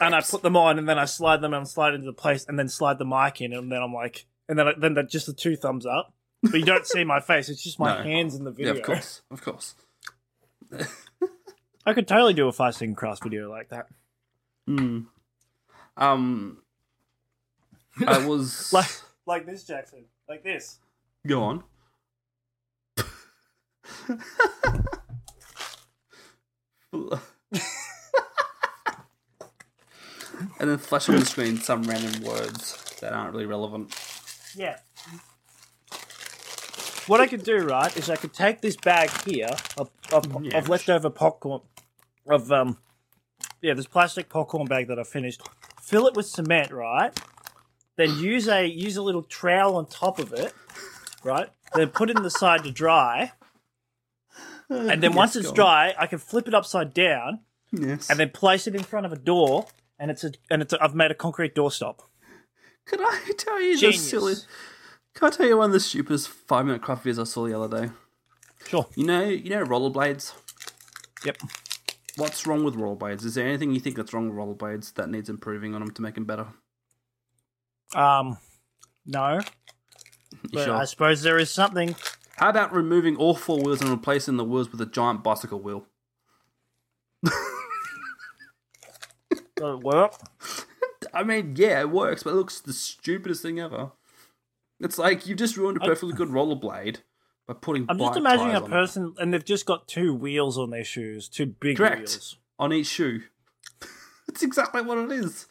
Speaker 3: and I put them on, and then I slide them and slide into the place, and then slide the mic in, and then I'm like, and then I, then the, just the two thumbs up. But you don't see my face; it's just my
Speaker 1: No.
Speaker 3: hands in the
Speaker 1: Yeah.
Speaker 3: video.
Speaker 1: Of course. Of course.
Speaker 3: I could totally do a five second cross video like that.
Speaker 1: Um, I was
Speaker 3: like like this, Jackson, like this.
Speaker 1: go on. and then flash on the screen some random words that aren't really relevant.
Speaker 3: Yeah. What I could do, right, is I could take this bag here of of,
Speaker 1: Yeah.
Speaker 3: of leftover popcorn, of um, yeah, this plastic popcorn bag that I finished. Fill it with cement, right? Then use a use a little trowel on top of it, right? Then put it in the side to dry. And then once it's dry, I can flip it upside down
Speaker 1: Yes.
Speaker 3: and then place it in front of a door. And it's a and it's a, I've made a concrete doorstop.
Speaker 1: Could I tell you the
Speaker 3: Genius.
Speaker 1: silly? Can I tell you one of the stupidest five minute craft beers I saw the other day?
Speaker 3: Sure.
Speaker 1: You know, you know rollerblades.
Speaker 3: Yep.
Speaker 1: What's wrong with rollerblades? Is there anything you think that's wrong with rollerblades that needs improving on them to make them better?
Speaker 3: Um, no.
Speaker 1: You
Speaker 3: But
Speaker 1: sure?
Speaker 3: I suppose there is something.
Speaker 1: How about removing all four wheels and replacing the wheels with a giant bicycle wheel?
Speaker 3: Does it work?
Speaker 1: I mean, yeah, it works, but it looks the stupidest thing ever. It's like you just ruined a perfectly good rollerblade by putting.
Speaker 3: I'm just
Speaker 1: bike
Speaker 3: imagining
Speaker 1: tires
Speaker 3: a
Speaker 1: on it.
Speaker 3: person, and they've just got two wheels on their shoes, two big
Speaker 1: Correct.
Speaker 3: wheels.
Speaker 1: on each shoe. That's exactly what it is.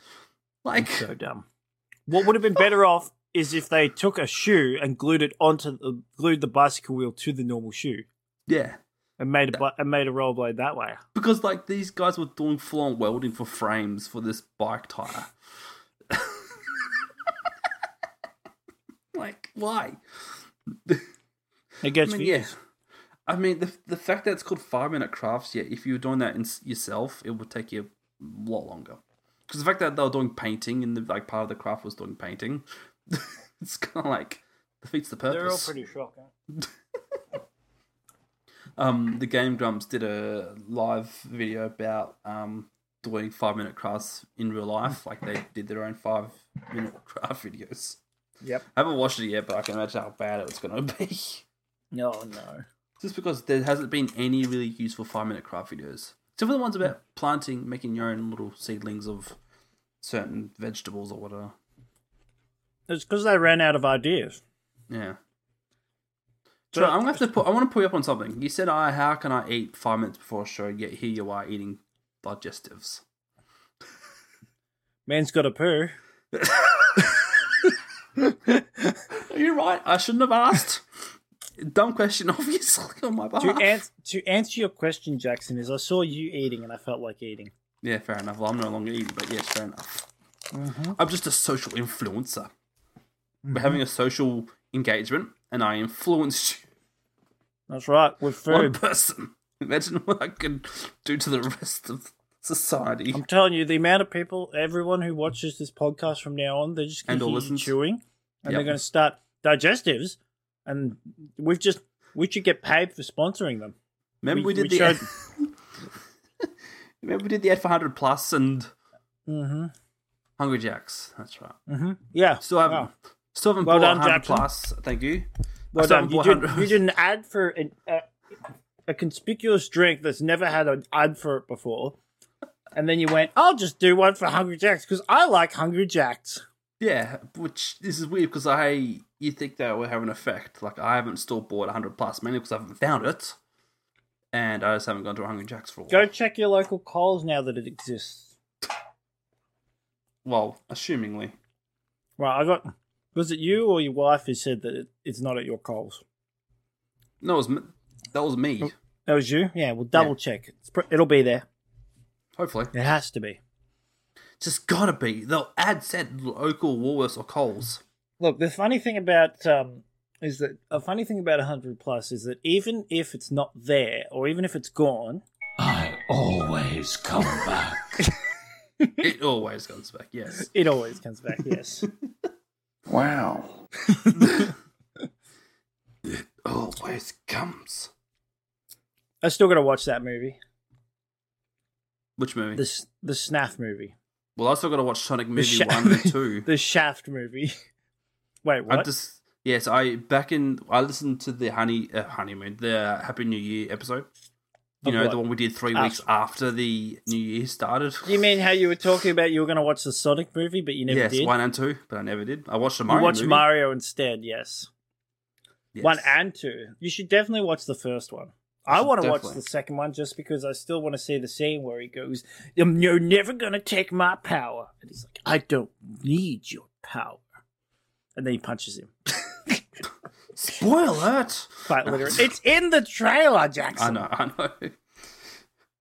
Speaker 1: Like,
Speaker 3: So dumb. What would have been better off is if they took a shoe and glued it onto the, glued the bicycle wheel to the normal shoe
Speaker 1: yeah,
Speaker 3: and made a bi- and made a rollerblade that way.
Speaker 1: because like these guys were doing full on welding for frames for this bike tire. like, why?
Speaker 3: It gets
Speaker 1: I mean,
Speaker 3: views.
Speaker 1: yeah. I mean, the the fact that it's called five minute crafts, yeah. If you were doing that in, yourself, it would take you a lot longer. Because the fact that they were doing painting and the, like part of the craft was doing painting, it's kind of like defeats the purpose.
Speaker 3: They're all pretty shocking.
Speaker 1: um, the Game Grumps did a live video about um, doing five minute crafts in real life. Like they did their own five minute craft videos.
Speaker 3: Yep.
Speaker 1: I haven't watched it yet, but I can imagine how bad it's going to be.
Speaker 3: No, no.
Speaker 1: Just because there hasn't been any really useful five minute craft videos. Except for the ones about planting, making your own little seedlings of certain vegetables or whatever.
Speaker 3: It's because they ran out of ideas.
Speaker 1: Yeah. So I'm gonna have to put. I want to pull you up on something. You said, "I how can I eat five minutes before a show?" Yet here you are eating digestives.
Speaker 3: Man's got a poo.
Speaker 1: Are you right? I shouldn't have asked. Dumb question, obviously, on my
Speaker 3: To,
Speaker 1: behalf.
Speaker 3: ans- to answer your question, Jackson, is I saw you eating and I felt like eating.
Speaker 1: yeah, fair enough. Well, I'm no longer eating, but yes, fair enough.
Speaker 3: Mm-hmm.
Speaker 1: I'm just a social influencer. We're having a social engagement, and I influenced you,
Speaker 3: That's right, with
Speaker 1: one
Speaker 3: food.
Speaker 1: person. Imagine what I could do to the rest of society.
Speaker 3: I'm telling you, the amount of people, everyone who watches this podcast from now on, they're just going
Speaker 1: And
Speaker 3: to
Speaker 1: or
Speaker 3: hear you
Speaker 1: listens.
Speaker 3: chewing, and
Speaker 1: Yep.
Speaker 3: they're going to start digestives, and we've just we should get paid for sponsoring them.
Speaker 1: Remember we,
Speaker 3: We-
Speaker 1: did
Speaker 3: we
Speaker 1: the. Remember we did the ad for hundred plus and
Speaker 3: Mm-hmm.
Speaker 1: Hungry Jacks. That's right.
Speaker 3: Yeah,
Speaker 1: Still haven't.
Speaker 3: Wow.
Speaker 1: Still haven't
Speaker 3: Well
Speaker 1: bought
Speaker 3: done,
Speaker 1: 100
Speaker 3: Jackson.
Speaker 1: plus. Thank you. I
Speaker 3: Well
Speaker 1: still
Speaker 3: done. You
Speaker 1: haven't
Speaker 3: did,
Speaker 1: bought
Speaker 3: you
Speaker 1: 100
Speaker 3: did an ad for an, a, a conspicuous drink that's never had an ad for it before, and then you went, "I'll just do one for Hungry Jacks because I like Hungry Jacks."
Speaker 1: Yeah, which this is weird because I you think that would have an effect. Like I haven't still bought 100 plus mainly because I haven't found it, and I just haven't gone to a Hungry Jacks for a while.
Speaker 3: Go check your local Coles now that it exists.
Speaker 1: Well, assumingly,
Speaker 3: Well, I got. Was it you or your wife who said that it, it's not at your Coles?
Speaker 1: no, it was me, that was me.
Speaker 3: That was you? Yeah, we'll double check. It's pr- it'll be there.
Speaker 1: Hopefully,
Speaker 3: It has to be.
Speaker 1: it's just gotta be. The ad said local Woolworths or Coles.
Speaker 3: Look, the funny thing about um, is that a funny thing about 100 plus is that even if it's not there or even if it's gone,
Speaker 4: I always come back.
Speaker 1: It always comes back. Yes.
Speaker 3: it always comes back. Yes.
Speaker 4: Wow.
Speaker 1: Always comes.
Speaker 3: I still got to watch that movie.
Speaker 1: Which movie?
Speaker 3: The S- the Snaff movie.
Speaker 1: Well, I still got to watch Sonic
Speaker 3: The
Speaker 1: movie
Speaker 3: Sha-
Speaker 1: one and two.
Speaker 3: The Shaft movie. Wait,
Speaker 1: I
Speaker 3: what?
Speaker 1: just yes, I back in I listened to the honey uh, honeymoon, the Happy New Year episode you
Speaker 3: Of
Speaker 1: know,
Speaker 3: what? Ah.
Speaker 1: the one we did three weeks after the New Year started.
Speaker 3: You mean how you were talking about you were going to watch the Sonic movie, but you never
Speaker 1: yes,
Speaker 3: did?
Speaker 1: one and two, but I never did. I watched the
Speaker 3: you
Speaker 1: Mario.
Speaker 3: watched
Speaker 1: movie.
Speaker 3: Mario instead, yes.
Speaker 1: Yes.
Speaker 3: One and two. You should definitely watch the first one. I
Speaker 1: should
Speaker 3: want to watch
Speaker 1: definitely.
Speaker 3: the second one just because I still want to see the scene where he goes, "Um, You're never going to take my power. And he's like, I don't need your power. And then he punches him.
Speaker 1: Spoil it.
Speaker 3: Quite literally. it's in the trailer,
Speaker 1: I
Speaker 3: Jackson.
Speaker 1: know, I know.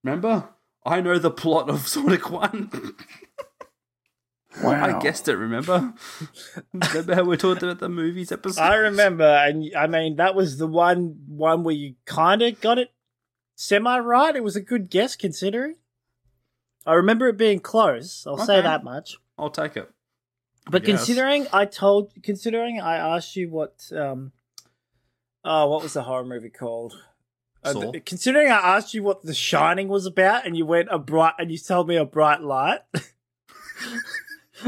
Speaker 1: Remember, I know the plot of Sonic One.
Speaker 4: Wow.
Speaker 1: I guessed it. Remember? remember how we talked about the movies episode?
Speaker 3: I remember, and I mean that was the one one where you kind of got it semi right. It was a good guess considering. I remember it being close. I'll say
Speaker 1: Okay.
Speaker 3: that much.
Speaker 1: I'll take it.
Speaker 3: But
Speaker 1: Yes.
Speaker 3: considering I told, considering I asked you what, um, oh, what was the horror movie called? Uh,
Speaker 1: Saw.
Speaker 3: the- considering I asked you what The Shining was about, and you went a bright, and you told me a bright light, and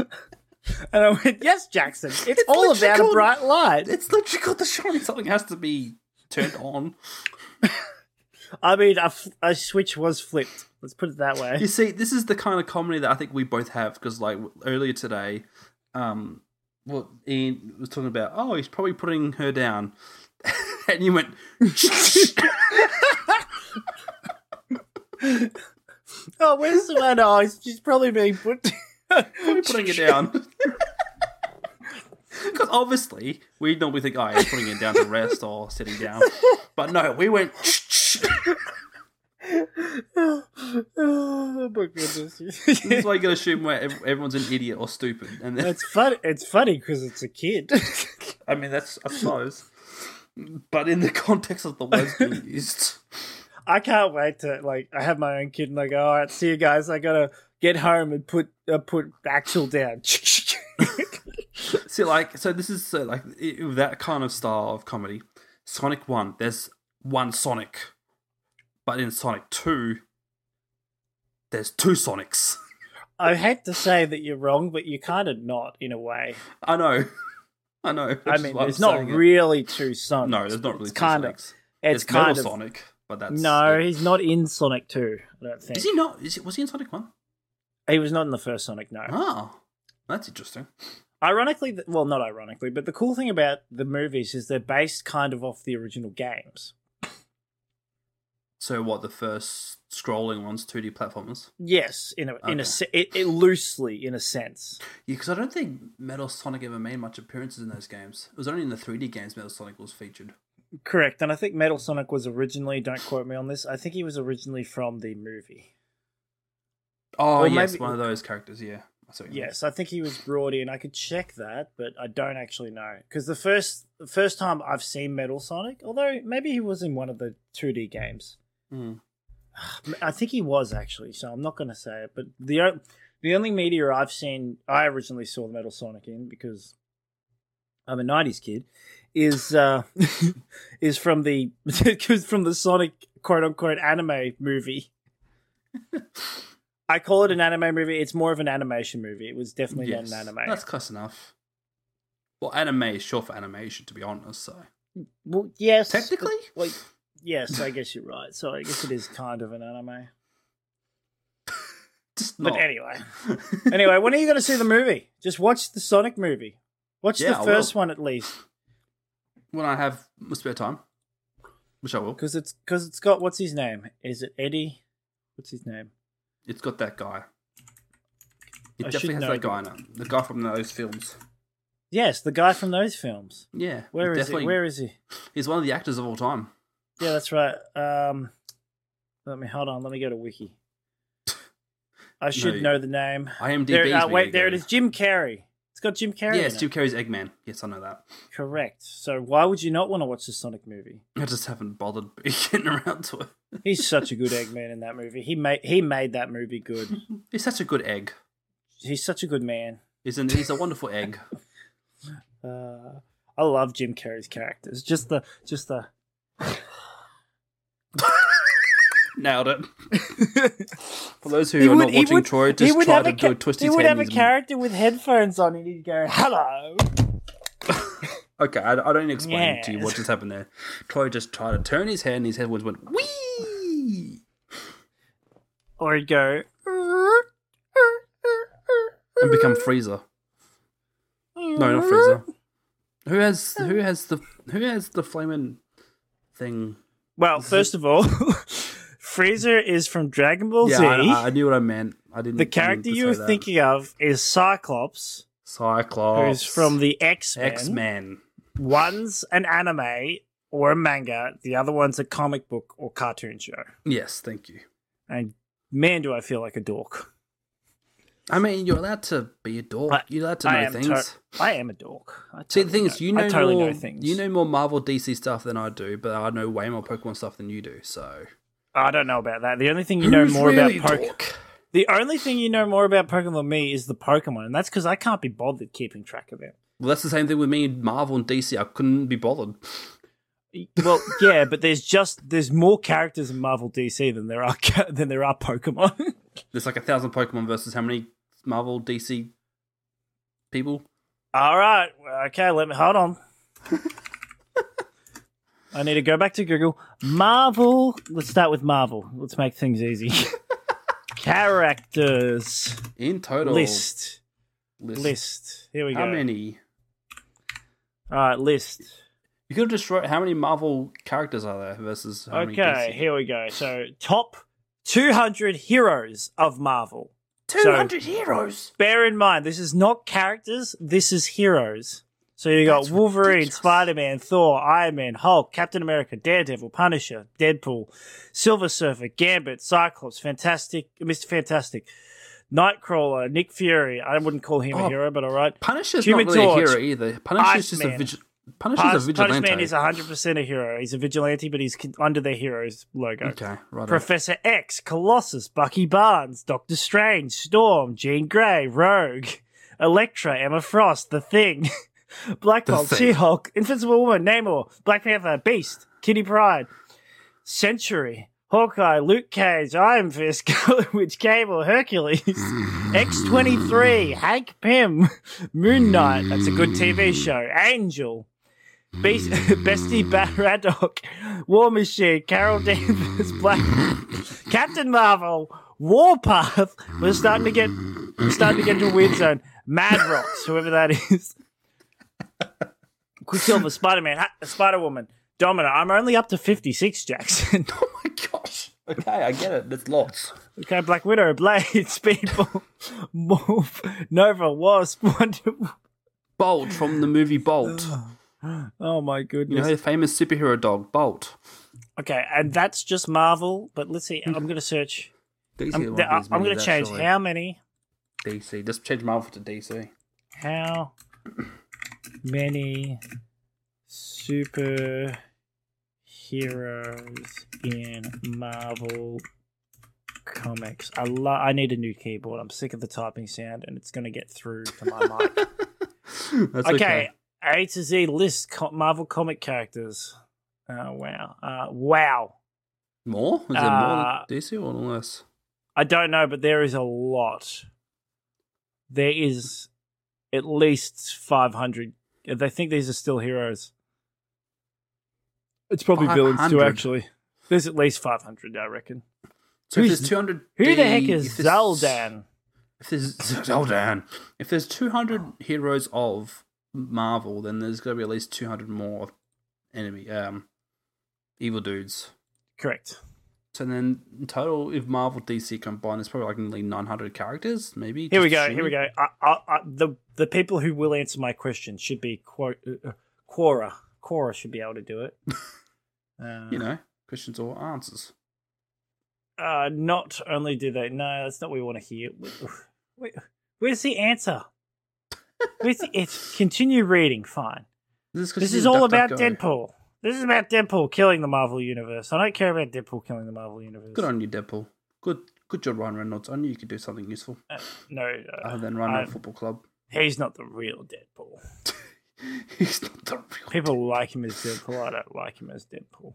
Speaker 3: I went, "Yes, Jackson, it's,
Speaker 1: It's
Speaker 3: all
Speaker 1: literally
Speaker 3: about a
Speaker 1: called-
Speaker 3: bright light."
Speaker 1: It's literally called The Shining. Something has to be turned on.
Speaker 3: I mean, a, f- a switch was flipped. Let's put it that way.
Speaker 1: You see, this is the kind of comedy that I think we both have because, like, earlier today, um, well, Ian was talking about, oh, he's probably putting her down, and you went,
Speaker 3: Oh, where's Savannah? Oh, he's- she's probably being put.
Speaker 1: probably putting it down. Because obviously, we normally think, oh, he's putting it down to rest or sitting down. But no, we went,
Speaker 3: oh my goodness!
Speaker 1: this is why you got to assume where ev- everyone's an idiot or stupid. And then,
Speaker 3: It's fun. It's funny because it's a kid.
Speaker 1: I mean, that's, I suppose. But in the context of the words being used,
Speaker 3: I can't wait to like. I have my own kid, and I go, "All right, see you guys. I gotta get home and put uh, put Axel down."
Speaker 1: See, like, so this is uh, like i- i- that kind of style of comedy. Sonic One, there's one Sonic, but in Sonic Two, there's two Sonics.
Speaker 3: I hate to say that you're wrong, but you're kind of not in a way.
Speaker 1: I know, I know. which
Speaker 3: I
Speaker 1: is
Speaker 3: mean,
Speaker 1: why I'm
Speaker 3: there's not
Speaker 1: saying it.
Speaker 3: really two Sonics.
Speaker 1: No, there's
Speaker 3: but
Speaker 1: not really
Speaker 3: it's
Speaker 1: two
Speaker 3: kind of.
Speaker 1: Sonics.
Speaker 3: It's
Speaker 1: There's Metal
Speaker 3: kind of.
Speaker 1: Sonic, but that's
Speaker 3: No,
Speaker 1: it.
Speaker 3: he's not in Sonic Two. I don't think
Speaker 1: Is he not? Is he, was he in Sonic One?
Speaker 3: He was not in the first Sonic. No.
Speaker 1: Oh, that's interesting.
Speaker 3: Ironically, th- well, not ironically, but the cool thing about the movies is they're based kind of off the original games.
Speaker 1: So what? The first scrolling ones, 2D platformers.
Speaker 3: Yes, in a in
Speaker 1: Okay.
Speaker 3: a se- it, it loosely in a sense.
Speaker 1: Yeah, because I don't think Metal Sonic ever made much appearances in those games. It was only in the 3D games Metal Sonic was featured.
Speaker 3: Correct, and I think Metal Sonic was originally. Don't quote me on this. I think he was originally from the movie.
Speaker 1: Oh
Speaker 3: Or
Speaker 1: yes,
Speaker 3: maybe-
Speaker 1: one of those characters. Yeah. I see what you mean.
Speaker 3: Yes, I think he was brought in. I could check that, but I don't actually know because the first the first time I've seen Metal Sonic, although maybe he was in one of the two D games.
Speaker 1: Mm.
Speaker 3: I think he was actually, so I'm not going to say it. But the o- the only media I've seen, I originally saw the Metal Sonic in because I'm a '90s kid, is uh, is from the cause from the Sonic quote unquote anime movie. I call it an anime movie. It's more of an animation movie. It was definitely
Speaker 1: Yes.
Speaker 3: not an anime.
Speaker 1: That's close enough. Well, anime is short for animation, to be honest. So
Speaker 3: Well, yes, but-
Speaker 1: technically,
Speaker 3: well, yes, I guess you're right. So I guess it is kind of an anime.
Speaker 1: just
Speaker 3: But
Speaker 1: not.
Speaker 3: anyway. anyway, when are you going to see the movie? Just watch the Sonic movie. Watch
Speaker 1: Yeah,
Speaker 3: the
Speaker 1: I
Speaker 3: first one at least,
Speaker 1: when I have my spare time, which I will,
Speaker 3: because it's because it's got what's his name? Is it Eddie? What's his name?
Speaker 1: it's got that guy. It
Speaker 3: I should
Speaker 1: definitely has
Speaker 3: know
Speaker 1: that guy in it. The guy from those films.
Speaker 3: Yes, the guy from those films.
Speaker 1: Yeah.
Speaker 3: Where is
Speaker 1: definitely-
Speaker 3: he? Where is he?
Speaker 1: He's one of the actors of all time.
Speaker 3: Yeah, that's right. Um, let me hold on. Let me go to wiki. I should
Speaker 1: you-
Speaker 3: know the name.
Speaker 1: IMDb.
Speaker 3: There,
Speaker 1: is where
Speaker 3: uh,
Speaker 1: you
Speaker 3: wait, there it
Speaker 1: go.
Speaker 3: is. Jim Carrey. It's got Jim Carrey.
Speaker 1: Yes, Jim
Speaker 3: in it.
Speaker 1: Carrey's Eggman. Yes, I know that.
Speaker 3: Correct. So why would you not want to watch the Sonic movie?
Speaker 1: I just haven't bothered getting around to it.
Speaker 3: He's such a good Eggman in that movie. He made he made that movie good.
Speaker 1: He's such a good egg.
Speaker 3: He's such a good man.
Speaker 1: Isn't he's a wonderful egg.
Speaker 3: Uh, I love Jim Carrey's characters. Just the just the
Speaker 1: Nailed it. For those who
Speaker 3: He
Speaker 1: are
Speaker 3: would-
Speaker 1: not
Speaker 3: he
Speaker 1: watching
Speaker 3: would-
Speaker 1: Troy,
Speaker 3: he
Speaker 1: just
Speaker 3: would
Speaker 1: try
Speaker 3: have
Speaker 1: to
Speaker 3: a
Speaker 1: do
Speaker 3: ca-
Speaker 1: a twist
Speaker 3: He
Speaker 1: his
Speaker 3: would
Speaker 1: head.
Speaker 3: have a
Speaker 1: and-
Speaker 3: character with headphones on, and he'd go, "Hello."
Speaker 1: Okay, I, I don't explain to you
Speaker 3: Yes.
Speaker 1: what just happened there. Troy just tried to turn his head, and his head was went wee.
Speaker 3: or he'd go
Speaker 1: and become Freezer. No, not Freezer. Who has who has the who has the flaming thing?
Speaker 3: Well, first of all, Freezer is from Dragon Ball
Speaker 1: yeah,
Speaker 3: Z.
Speaker 1: I, I- I knew what I meant. I didn't.
Speaker 3: the character you were thinking of is Cyclops,
Speaker 1: Cyclops.
Speaker 3: who's from the X Men.
Speaker 1: X Men.
Speaker 3: One's an anime or a manga. The other one's a comic book or cartoon show.
Speaker 1: Yes, thank you.
Speaker 3: And man, do I feel like a dork.
Speaker 1: I mean, you're allowed to be a dork.
Speaker 3: I-
Speaker 1: you're allowed to
Speaker 3: I
Speaker 1: know
Speaker 3: am
Speaker 1: things.
Speaker 3: to- I am a dork. I
Speaker 1: See, the
Speaker 3: totally
Speaker 1: thing is,
Speaker 3: know-
Speaker 1: you know
Speaker 3: I totally
Speaker 1: more.
Speaker 3: know things.
Speaker 1: You know more Marvel, DC stuff than I do, but I know way more Pokemon stuff than you do. So
Speaker 3: I don't know about that. The only thing you know
Speaker 1: Who's
Speaker 3: more
Speaker 1: really
Speaker 3: about Pokemon.
Speaker 1: dork?
Speaker 3: The only thing you know more about Pokemon than me is the Pokemon, and that's because I can't be bothered keeping track of it.
Speaker 1: Well, that's the same thing with me and Marvel and DC. I couldn't be bothered.
Speaker 3: Well, yeah, but there's just there's more characters in Marvel DC than there are ca- than there are Pokemon.
Speaker 1: There's like a thousand Pokemon versus how many Marvel, DC people?
Speaker 3: All right, well, okay. Let me hold on. I need to go back to Google. Marvel. Let's start with Marvel. Let's make things easy. characters
Speaker 1: In total.
Speaker 3: list
Speaker 1: List.
Speaker 3: list. Here we
Speaker 1: How
Speaker 3: go.
Speaker 1: many?
Speaker 3: All right, list.
Speaker 1: You could have just wrote how many Marvel characters are there versus how many
Speaker 3: Okay,
Speaker 1: DC.
Speaker 3: here we go. So, top 200 heroes of Marvel.
Speaker 1: 200 heroes!
Speaker 3: Bear in mind, this is not characters, this is heroes. So, you got
Speaker 1: That's
Speaker 3: Wolverine,
Speaker 1: ridiculous.
Speaker 3: Spider Man, Thor, Iron Man, Hulk, Captain America, Daredevil, Punisher, Deadpool, Silver Surfer, Gambit, Cyclops, Fantastic, Mr. Fantastic, Nightcrawler, Nick Fury. I wouldn't call him
Speaker 1: Oh,
Speaker 3: a hero, but all right.
Speaker 1: Punisher's
Speaker 3: Human
Speaker 1: not really
Speaker 3: Torch.
Speaker 1: a hero either. Punisher's just a
Speaker 3: Iceman.
Speaker 1: vigil- Punisher's a vigilante.
Speaker 3: Punishman is 100% a hero. He's a vigilante, but he's con- under the hero's logo.
Speaker 1: okay, right.
Speaker 3: Professor X, Colossus, Bucky Barnes, Doctor Strange, Storm, Jean Grey, Rogue, Elektra, Emma Frost, The Thing, Black
Speaker 1: The
Speaker 3: Bolt,
Speaker 1: Thing.
Speaker 3: She Hulk, Invincible Woman, Namor, Black Panther, Beast, Kitty Pride, Century, Hawkeye, Luke Cage, Iron Fist, Scarlet Witch, Cable, Hercules, X23, Hank Pym, Moon Knight, that's a good TV show, Angel, Beast, Bestie Bat Radok, War Machine, Carol Danvers, Black Captain Marvel, Warpath. We're starting to get we're starting to get to a weird zone. Mad Rocks, whoever that is. Quicksilver, Spider Man, Spider Woman, Domino. I'm only up to fifty six, Jackson.
Speaker 1: Oh my gosh. Okay, I get it. That's lots.
Speaker 3: okay, Black Widow, Blade, Speedball, Morph, Nova, Wasp, Wonder. Woman.
Speaker 1: Bolt from the movie Bolt.
Speaker 3: Oh my
Speaker 1: You know
Speaker 3: goodness.
Speaker 1: the famous superhero dog, Bolt.
Speaker 3: Okay, and that's just Marvel. But let's see. I'm gonna search.
Speaker 1: DC
Speaker 3: I'm,
Speaker 1: won't be
Speaker 3: I'm
Speaker 1: as many
Speaker 3: gonna
Speaker 1: as that,
Speaker 3: change
Speaker 1: surely.
Speaker 3: how many
Speaker 1: DC. Just change Marvel to DC.
Speaker 3: how many superheroes in Marvel comics? I lo- I need a new keyboard. I'm sick of the typing sound, and it's gonna get through to my mic.
Speaker 1: That's
Speaker 3: okay. A to Z list co- Marvel comic characters. Oh wow! Uh, wow!
Speaker 1: More? Is
Speaker 3: Uh,
Speaker 1: it more than DC or less?
Speaker 3: I don't know, but there is a lot. There is at least 500. They think these are still heroes. It's probably villains too,
Speaker 1: 500.
Speaker 3: actually. There's at least 500, I reckon.
Speaker 1: So if
Speaker 3: who's-
Speaker 1: there's 200.
Speaker 3: Who the heck
Speaker 1: if
Speaker 3: is
Speaker 1: there's-
Speaker 3: Zaldan?
Speaker 1: If there's Zaldan. If there's 200 heroes of Marvel, then there's going to be at least 200 more enemy um evil dudes.
Speaker 3: Correct.
Speaker 1: So then in total, if Marvel DC combined, it's probably like nearly 900 characters, maybe.
Speaker 3: Here we
Speaker 1: just
Speaker 3: go. Here we
Speaker 1: assuming.
Speaker 3: go. I, I, I, the the people who will answer my question should be Quora. Uh, uh, Quora. Quora should be able to do it. Uh,
Speaker 1: You know, questions or answers.
Speaker 3: uh, not only do they no, that's not what we want to hear. Wait, where's the answer? Where's the, it's continue reading. Fine.
Speaker 1: This is, 'cause
Speaker 3: This
Speaker 1: you
Speaker 3: is
Speaker 1: did
Speaker 3: all about
Speaker 1: DuckDuckGo.
Speaker 3: Deadpool. This is about Deadpool killing the Marvel universe. I don't care about Deadpool killing the Marvel universe.
Speaker 1: Good on you, Deadpool. Good, good job, Ryan Reynolds. I knew you could do something useful
Speaker 3: Uh, no,
Speaker 1: other
Speaker 3: uh,
Speaker 1: than Ryan
Speaker 3: I-
Speaker 1: Reynolds Football Club.
Speaker 3: he's not the real Deadpool.
Speaker 1: He's not the real.
Speaker 3: People like him as Deadpool. I don't like him as Deadpool.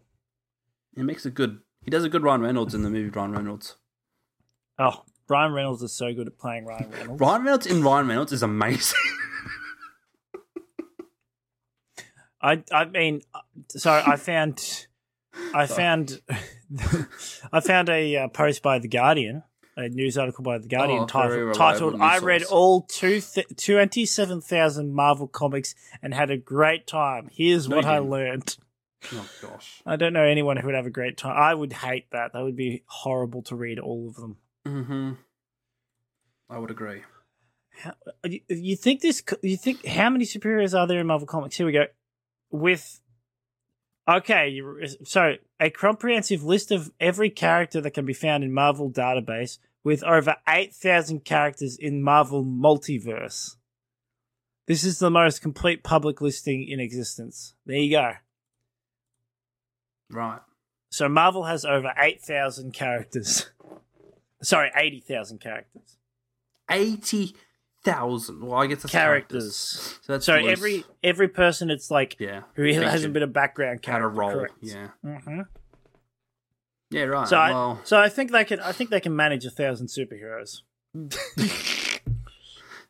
Speaker 1: He makes a good. He does a good Ryan Reynolds in the movie Ryan Reynolds.
Speaker 3: Oh, Ryan Reynolds is so good at playing Ryan Reynolds.
Speaker 1: Ryan Reynolds in Ryan Reynolds is amazing.
Speaker 3: I I mean, uh, so I found, I found, I found a uh, post by the Guardian a news article by The Guardian
Speaker 1: Oh, very
Speaker 3: titled,
Speaker 1: reliable
Speaker 3: titled I
Speaker 1: news
Speaker 3: read
Speaker 1: source.
Speaker 3: all two th- 27,000 Marvel comics and had a great time. Here's
Speaker 1: No,
Speaker 3: what
Speaker 1: you
Speaker 3: I
Speaker 1: didn't.
Speaker 3: learned.
Speaker 1: Oh gosh.
Speaker 3: I don't know anyone who would have a great time. I would hate that. That would be horrible to read all of them.
Speaker 1: Mm-hmm. I would agree.
Speaker 3: How, Uh, you, you think this? co- You think how many superheroes are there in Marvel comics? Here we go. With okay, you, so a comprehensive list of every character that can be found in Marvel database, with over eight thousand characters in Marvel Multiverse. This is the most complete public listing in existence. There you go.
Speaker 1: Right.
Speaker 3: So Marvel has over eight thousand characters. Sorry, eighty thousand characters.
Speaker 1: Eighty thousand. Well, I guess that's
Speaker 3: Characters.
Speaker 1: So that's
Speaker 3: so
Speaker 1: worse.
Speaker 3: every every person, it's like
Speaker 1: yeah
Speaker 3: who hasn't been a background
Speaker 1: had
Speaker 3: character.
Speaker 1: a role.
Speaker 3: correct.
Speaker 1: Yeah.
Speaker 3: Mhm.
Speaker 1: Yeah. Right.
Speaker 3: So I
Speaker 1: well,
Speaker 3: so I think they can I think they can manage a thousand superheroes.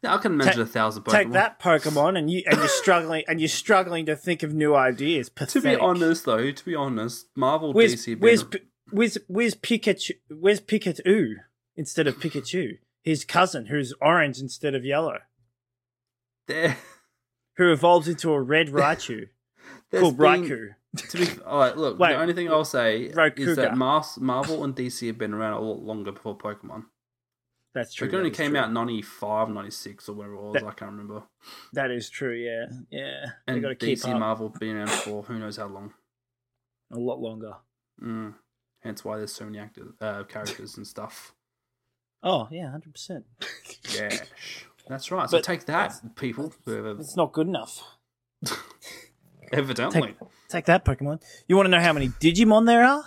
Speaker 1: yeah, I can imagine a thousand. Pokemon.
Speaker 3: Take that Pokemon, and you and you're struggling and you're struggling to think of new ideas.
Speaker 1: To be
Speaker 3: Pathetic.
Speaker 1: honest, though, to be honest, Marvel
Speaker 3: where's
Speaker 1: DC. being
Speaker 3: where's,
Speaker 1: a-
Speaker 3: P- where's where's Pikachu? Where's Pikachu instead of Pikachu? His cousin, who's orange instead of yellow,
Speaker 1: there,
Speaker 3: who evolves into a red Raichu
Speaker 1: there's
Speaker 3: called
Speaker 1: been-
Speaker 3: Raikou.
Speaker 1: To be all right, look.
Speaker 3: Wait,
Speaker 1: the only thing I'll say is
Speaker 3: Rakuga.
Speaker 1: that Mars, Marvel and DC have been around a lot longer before Pokemon.
Speaker 3: That's true.
Speaker 1: It only
Speaker 3: that is
Speaker 1: came
Speaker 3: true.
Speaker 1: out in 95, 96 or whatever it was.
Speaker 3: That-
Speaker 1: I can't remember.
Speaker 3: That is true. Yeah, yeah. They
Speaker 1: And
Speaker 3: got to keep
Speaker 1: DC
Speaker 3: up
Speaker 1: Marvel been around for who knows how long.
Speaker 3: a lot longer.
Speaker 1: Mm. Hence why there's so many actors, uh, characters and stuff.
Speaker 3: Oh yeah, hundred percent.
Speaker 1: Yeah, that's right. So
Speaker 3: But-
Speaker 1: take that, people. whoever-
Speaker 3: It's not good enough.
Speaker 1: Evidently,
Speaker 3: Take that, Pokemon. You want to know how many Digimon there are?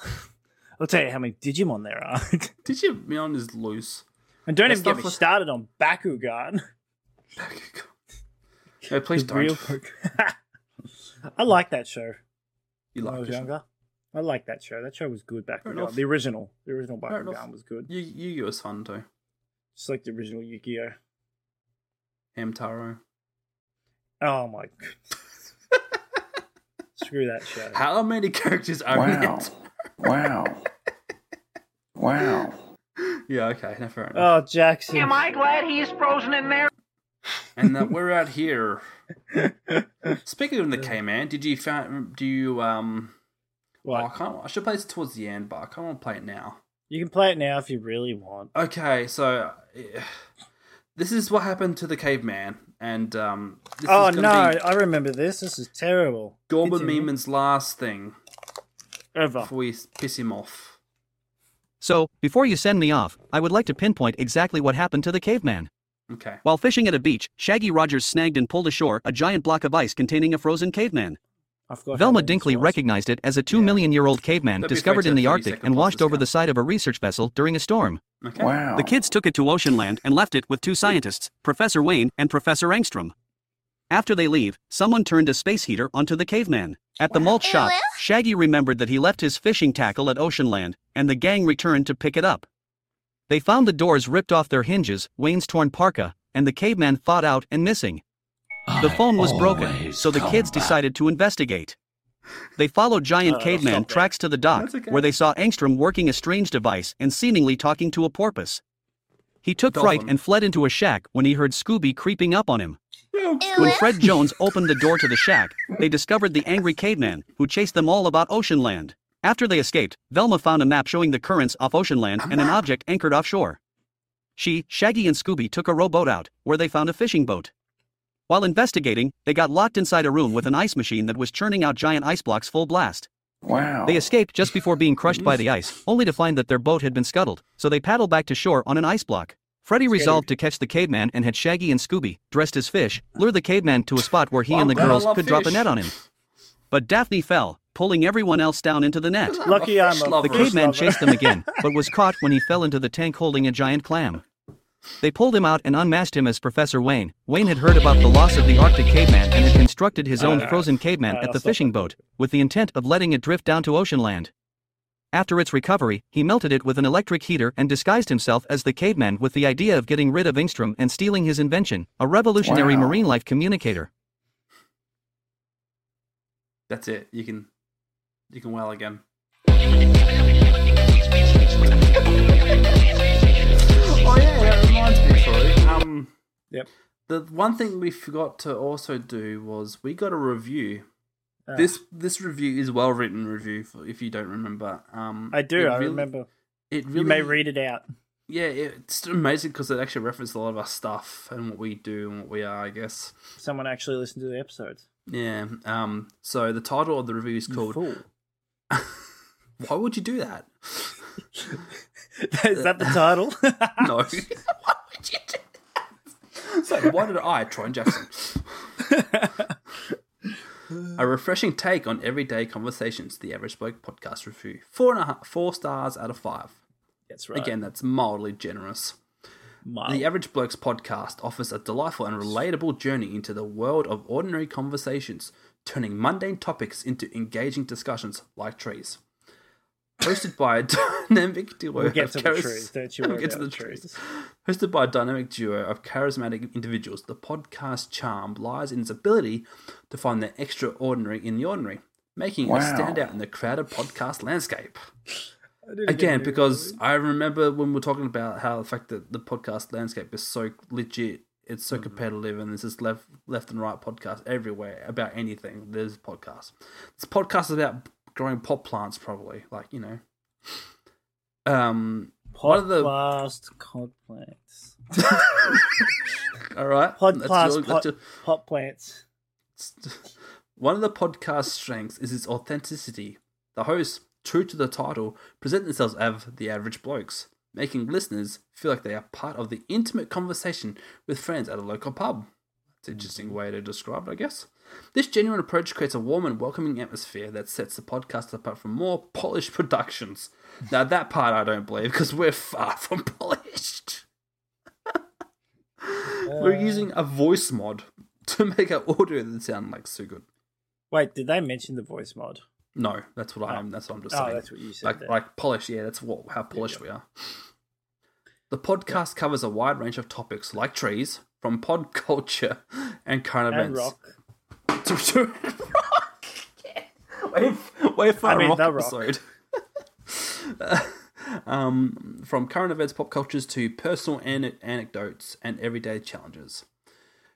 Speaker 3: I'll tell you how many Digimon there are.
Speaker 1: Digimon is loose.
Speaker 3: and don't
Speaker 1: Let's
Speaker 3: even get
Speaker 1: not
Speaker 3: me
Speaker 1: look-
Speaker 3: started on Bakugan.
Speaker 1: No, please
Speaker 3: The
Speaker 1: don't.
Speaker 3: real Pokemon. I like that show
Speaker 1: you
Speaker 3: when I
Speaker 1: like
Speaker 3: was
Speaker 1: this.
Speaker 3: younger. I like that show. That show was good back
Speaker 1: Fair
Speaker 3: then.
Speaker 1: enough.
Speaker 3: The original. The original
Speaker 1: Fair enough.
Speaker 3: Bakugan was good.
Speaker 1: You Yu-Gi-Oh is fun too.
Speaker 3: Just like the original Yu-Gi-Oh.
Speaker 1: Hamtaro.
Speaker 3: Oh my god. Screw that show.
Speaker 1: How many characters are
Speaker 4: Wow.
Speaker 1: in it?
Speaker 4: Wow. Wow.
Speaker 1: Yeah, okay, no, fair enough.
Speaker 3: Oh Jackson.
Speaker 5: Am I glad he's frozen in there?
Speaker 1: and uh, we're out here. Speaking of the K man, did you find? Do you um? Oh, I
Speaker 3: What?
Speaker 1: can't. I should play this towards the end, but I can't want to play it now.
Speaker 3: You can play it now if you really want.
Speaker 1: Okay, so eh, this is what happened to the caveman, and um. This
Speaker 3: oh
Speaker 1: is
Speaker 3: no,
Speaker 1: gonna be
Speaker 3: I remember this. This is terrible.
Speaker 1: Gorman
Speaker 3: Continue.
Speaker 1: Meeman's last thing
Speaker 3: Ever.
Speaker 1: before we s- piss him off.
Speaker 6: So, before you send me off, I would like to pinpoint exactly what happened to the caveman.
Speaker 1: Okay.
Speaker 6: While fishing at a beach, Shaggy Rogers snagged and pulled ashore a giant block of ice containing a frozen caveman.
Speaker 3: I forgot. how
Speaker 6: Velma
Speaker 3: long this
Speaker 6: Dinkley
Speaker 3: was.
Speaker 6: recognized it as a two million year old caveman
Speaker 1: That'd be
Speaker 6: discovered
Speaker 1: fair
Speaker 6: in
Speaker 1: to 30
Speaker 6: the Arctic
Speaker 1: second
Speaker 6: and
Speaker 1: plus
Speaker 6: washed
Speaker 1: this
Speaker 6: over
Speaker 1: guy.
Speaker 6: the side of a research vessel during a storm.
Speaker 1: Okay.
Speaker 4: Wow.
Speaker 6: The kids took it to ocean land and left it with two scientists, Professor Wayne and Professor Engstrom. After they leave, someone turned a space heater onto the caveman. At the malt shop, Shaggy remembered that he left his fishing tackle at ocean land, and the gang returned to pick it up. They found the doors ripped off their hinges, Wayne's torn parka, and the caveman thawed out and missing. The phone was broken, so the kids decided to investigate. They followed giant
Speaker 3: Uh, stop
Speaker 6: caveman
Speaker 3: there.
Speaker 6: tracks to the dock,
Speaker 1: That's okay.
Speaker 6: where they saw Engstrom working a strange device and seemingly talking to a porpoise. He took fright
Speaker 1: Dolphin.
Speaker 6: and fled into a shack when he heard Scooby creeping up on him.
Speaker 1: Yeah,
Speaker 6: When Fred Jones opened the door to the shack, they discovered the angry caveman, who chased them all about ocean land. After they escaped, Velma found a map showing the currents off ocean land and an object anchored offshore. She, Shaggy, and Scooby took a rowboat out, where they found a fishing boat. While investigating, they got locked inside a room with an ice machine that was churning out giant ice blocks full blast.
Speaker 4: Wow.
Speaker 6: They escaped just before being crushed by the ice, only to find that their boat had been scuttled, so they paddled back to shore on an ice block. Freddy resolved to catch the caveman and had Shaggy and Scooby, dressed as fish, lure the caveman to a spot where he
Speaker 1: Well,
Speaker 6: and the
Speaker 1: I'm glad I
Speaker 6: girls
Speaker 1: love
Speaker 6: could drop a
Speaker 1: fish.
Speaker 6: net on him. But Daphne fell, pulling everyone else down into the net.
Speaker 1: I'm a
Speaker 3: Lucky I'm
Speaker 1: fish
Speaker 3: a-
Speaker 1: lover.
Speaker 6: The
Speaker 3: First
Speaker 6: caveman
Speaker 3: lover.
Speaker 6: chased them again, but was caught when he fell into the tank holding a giant clam. They pulled him out and unmasked him as Professor Wayne. Wayne had heard about the loss of the Arctic caveman and had constructed his own
Speaker 1: Uh,
Speaker 3: Alright.
Speaker 6: frozen caveman
Speaker 3: Alright,
Speaker 6: at
Speaker 3: I'll
Speaker 6: the
Speaker 3: stop
Speaker 6: fishing boat, with the intent of letting it drift down to ocean land. After its recovery, he melted it with an electric heater and disguised himself as the caveman with the idea of getting rid of Ingstrom and stealing his invention, a revolutionary
Speaker 4: Wow.
Speaker 6: marine life communicator.
Speaker 1: That's it. You can, you can wail again.
Speaker 7: Oh,
Speaker 1: Um, The one thing we forgot to also do was we got a review.
Speaker 3: Ah.
Speaker 1: This this review is well written review for, if you don't remember. Um,
Speaker 3: I do.
Speaker 1: it
Speaker 3: I
Speaker 1: really-
Speaker 3: remember.
Speaker 1: It really,
Speaker 3: You may read it out.
Speaker 1: Yeah, it's amazing because it actually referenced a lot of our stuff and what we do and what we are. I guess.
Speaker 3: Someone actually listened to the episodes.
Speaker 1: Yeah. Um. So the title of the review is called
Speaker 3: Fool.
Speaker 1: "Why Would You Do That?"
Speaker 3: Is that the title?
Speaker 1: No. Why would you do that? So why did I, Troy Jackson? a refreshing take on everyday conversations. The Average Bloke podcast review. Four and a half, four stars out of five.
Speaker 3: That's right.
Speaker 1: Again, that's mildly generous.
Speaker 3: Mild.
Speaker 1: The Average Blokes podcast offers a delightful and relatable journey into the world of ordinary conversations, turning mundane topics into engaging discussions like trees. Hosted by a dynamic duo
Speaker 3: We'll get
Speaker 1: of
Speaker 3: to the
Speaker 1: charis-
Speaker 3: trees. Don't you
Speaker 1: We'll
Speaker 3: worry
Speaker 1: get to
Speaker 3: about
Speaker 1: the
Speaker 3: the
Speaker 1: trees.
Speaker 3: trees.
Speaker 1: Hosted by a dynamic duo of charismatic individuals, the podcast charm lies in its ability to find the extraordinary in the ordinary, making it
Speaker 8: Wow.
Speaker 1: stand out in the crowded podcast landscape again because I remember when we were talking about how the fact that the podcast landscape is so legit, it's
Speaker 3: Mm-hmm.
Speaker 1: so competitive, and there's just left left and right podcasts everywhere about anything. There's podcasts. This podcast is about growing pot plants, probably like you know. Um, one of the
Speaker 3: Podcast cod plants.
Speaker 1: all right,
Speaker 3: Pod
Speaker 1: that's
Speaker 3: plants,
Speaker 1: your- that's
Speaker 3: pot,
Speaker 1: your-
Speaker 3: pot plants.
Speaker 1: One of the podcast's strengths is its authenticity. The hosts, true to the title, present themselves as the average blokes, making listeners feel like they are part of the intimate conversation with friends at a local pub. That's an interesting way to describe it, I guess. This genuine approach creates a warm and welcoming atmosphere that sets the podcast apart from more polished productions. Now, that part I don't believe because we're far from polished. we're using a voice mod to make our audio that sound like so good.
Speaker 3: Wait, did they mention the voice mod?
Speaker 1: No, that's what I'm. That's what I'm just
Speaker 3: Oh,
Speaker 1: saying.
Speaker 3: that's what you said
Speaker 1: Like,
Speaker 3: there.
Speaker 1: like polish. Yeah, that's what how polished we are. The podcast covers a wide range of topics, like trees, from pod culture and current
Speaker 3: And
Speaker 1: events.
Speaker 3: rock.
Speaker 1: To, to rock. Yeah. Wait, wait for
Speaker 3: I
Speaker 1: a
Speaker 3: mean,
Speaker 1: rock
Speaker 3: the rock.
Speaker 1: episode. um, from current events, pop cultures to personal ane- anecdotes and everyday challenges.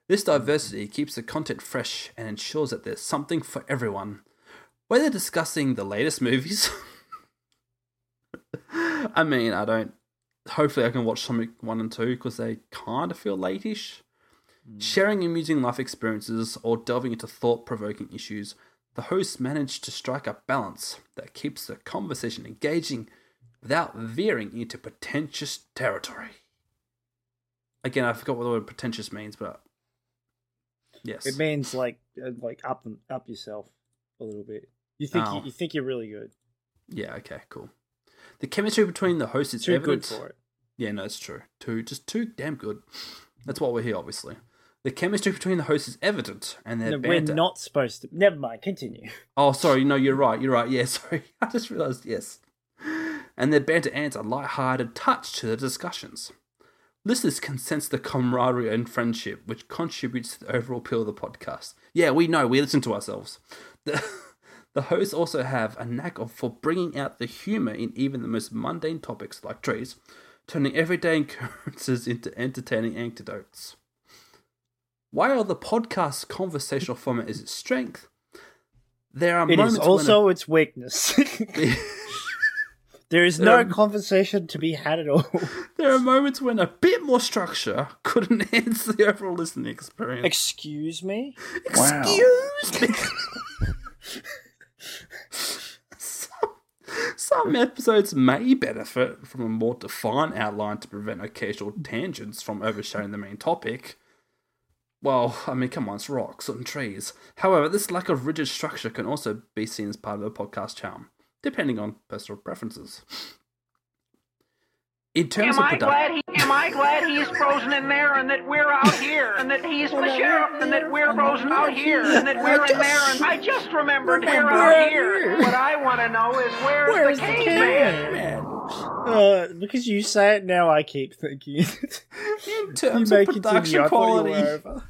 Speaker 1: This diversity keeps the content fresh and ensures that there's something for everyone. Whether discussing the latest movies, I mean, I don't. Hopefully, I can watch Sonic 1 and 2 because they kind of feel late-ish.
Speaker 3: Hmm.
Speaker 1: Sharing amusing life experiences or delving into thought provoking issues, the hosts manage to strike a balance that keeps the conversation engaging without veering into pretentious territory. Again, I forgot what the word pretentious means, but yes.
Speaker 3: It means like uh, like up them- up yourself a little bit. You think
Speaker 1: Oh.
Speaker 3: you, you think you're really good.
Speaker 1: yeah, okay, cool. The chemistry between the hosts is
Speaker 3: Too
Speaker 1: evident.
Speaker 3: good for it.
Speaker 1: Yeah, no, it's true. Too, just too damn good. That's why we're here, obviously. The chemistry between the hosts is evident, and their
Speaker 3: No, we're
Speaker 1: banter
Speaker 3: not supposed to. Never mind. Continue.
Speaker 1: Oh, sorry. No, you're right. You're right. Yeah, sorry. I just realised. Yes. And their banter adds a light-hearted touch to the discussions. Listeners can sense the camaraderie and friendship, which contributes to the overall appeal of the podcast. Yeah, we know. We listen to ourselves. The, the hosts also have a knack of for bringing out the humour in even the most mundane topics like trees, turning everyday occurrences into entertaining anecdotes. While the podcast's conversational format is its strength, there are
Speaker 3: It
Speaker 1: moments
Speaker 3: is also its weakness.
Speaker 1: when a,
Speaker 3: there is no
Speaker 1: Um,
Speaker 3: conversation to be had at all.
Speaker 1: there are moments when a bit more structure could enhance the overall listening experience.
Speaker 3: Excuse me.
Speaker 8: Wow.
Speaker 1: Excuse me. some, some episodes may benefit from a more defined outline to prevent occasional tangents from overshadowing the main topic. Well, I mean, come on, it's rocks and trees. However, this lack of rigid structure can also be seen as part of the podcast charm, depending on personal preferences. In terms
Speaker 5: Am
Speaker 1: of
Speaker 5: I
Speaker 1: production,
Speaker 5: glad he? Am I glad he's frozen in there, and that we're out here, and that he's the sheriff, and that we're frozen out here, and that we're in there, and I just remembered we're out here. What I want to know is where's, the caveman?
Speaker 3: Uh, because you say it now, I keep thinking. it.
Speaker 1: in
Speaker 3: you
Speaker 1: terms of
Speaker 3: make it to me.
Speaker 1: production
Speaker 3: I thought you
Speaker 1: quality,
Speaker 3: were
Speaker 1: in
Speaker 3: over.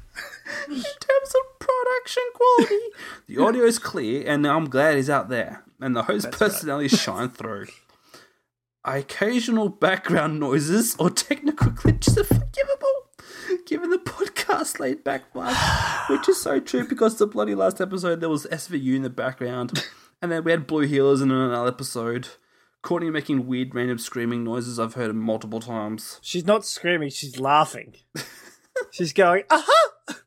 Speaker 1: terms of production quality, the audio is clear, and I'm glad he's out there, and the host personality shine through. Occasional background noises or technical glitches are forgivable, Given the podcast laid back vibe, which is so true because the bloody last episode there was SVU in the background, and then we had Blue Healers in another episode. Courtney making weird, random screaming noises I've heard multiple times.
Speaker 3: She's not screaming, she's laughing. she's going, aha!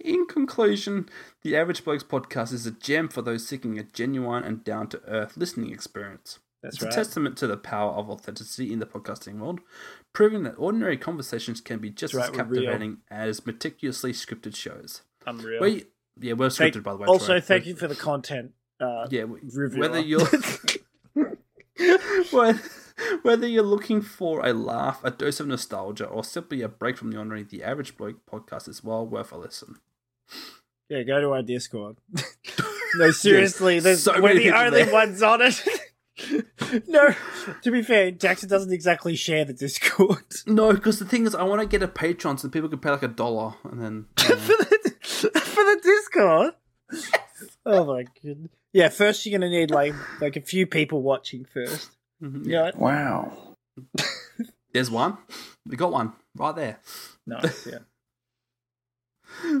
Speaker 1: In conclusion, the Average Blokes podcast is a gem for those seeking a genuine and down to earth listening experience.
Speaker 3: That's
Speaker 1: it's
Speaker 3: right.
Speaker 1: a testament to the power of authenticity in the podcasting world, proving that ordinary conversations can be just as
Speaker 3: That's right, we're real.
Speaker 1: captivating as meticulously scripted shows.
Speaker 3: Unreal.
Speaker 1: We, yeah, we're scripted,
Speaker 3: Thank-
Speaker 1: by the way.
Speaker 3: also,
Speaker 1: sorry.
Speaker 3: thank
Speaker 1: We're-
Speaker 3: you for the content. Uh,
Speaker 1: yeah, we-
Speaker 3: reviewer.
Speaker 1: whether you're Whe- whether you're looking for a laugh, a dose of nostalgia, or simply a break from the ordinary, the Average Bloke podcast is well worth a listen.
Speaker 3: Yeah, go to our Discord. no, seriously,
Speaker 1: Yeah,
Speaker 3: there's,
Speaker 1: so
Speaker 3: we're
Speaker 1: many
Speaker 3: the
Speaker 1: people
Speaker 3: only
Speaker 1: there.
Speaker 3: ones on it. no, to be fair, Jackson doesn't exactly share the Discord.
Speaker 1: No, because the thing is, I want to get a Patreon so people can pay like a dollar, and then you know.
Speaker 3: for the for the Discord. Oh my goodness! Yeah, first you're gonna need like like a few people watching first.
Speaker 1: Mhm.
Speaker 3: You know what?
Speaker 8: Wow.
Speaker 1: there's one. We got one right there.
Speaker 3: No, yeah.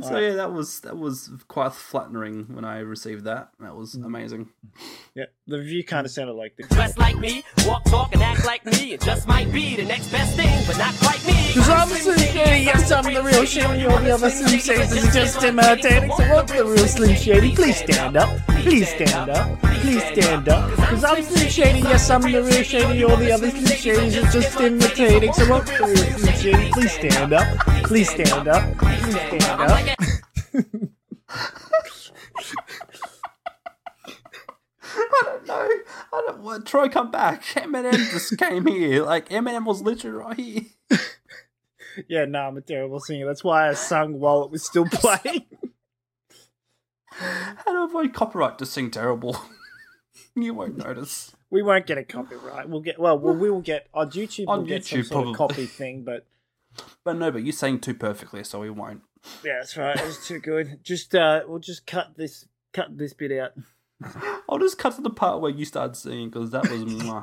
Speaker 1: So yeah, that was that was quite flattering when I received that. That was amazing.
Speaker 3: Yeah, the review kind of sounded like this.
Speaker 9: Dress like me, walk, talk, and act like me. It just might be the next best thing, but not quite me.
Speaker 4: Because I'm a Slim Shady, yes, I'm the real Shady. All the other Slim Shadys is just uh, imitating. So what's the real Slim Shady?
Speaker 3: Please stand up. Please stand up. Please stand up.
Speaker 4: Because I'm Slim Shady, yes, I'm the real Shady. All the other Slim Shadys are just imitating. So what's the real Slim Shady?
Speaker 3: Please stand up. Please stand up. Please stand up.
Speaker 1: I don't know. I don't. Well, Troy, come back. Eminem just came here. Like Eminem was literally right here.
Speaker 3: Yeah, no, I'm a terrible singer. That's why I sung while it was still playing.
Speaker 1: How to avoid copyright to sing terrible? you won't notice.
Speaker 3: We won't get a copyright. We'll get well. We'll we will get on YouTube.
Speaker 1: On
Speaker 3: we'll get some
Speaker 1: YouTube,
Speaker 3: sort of
Speaker 1: probably.
Speaker 3: copy thing, but
Speaker 1: But no, but you sang too perfectly, so we won't.
Speaker 3: yeah, that's right. It was too good. Just uh, we'll just cut this cut this bit out.
Speaker 1: I'll just cut to the part where you started singing because that was. mwah.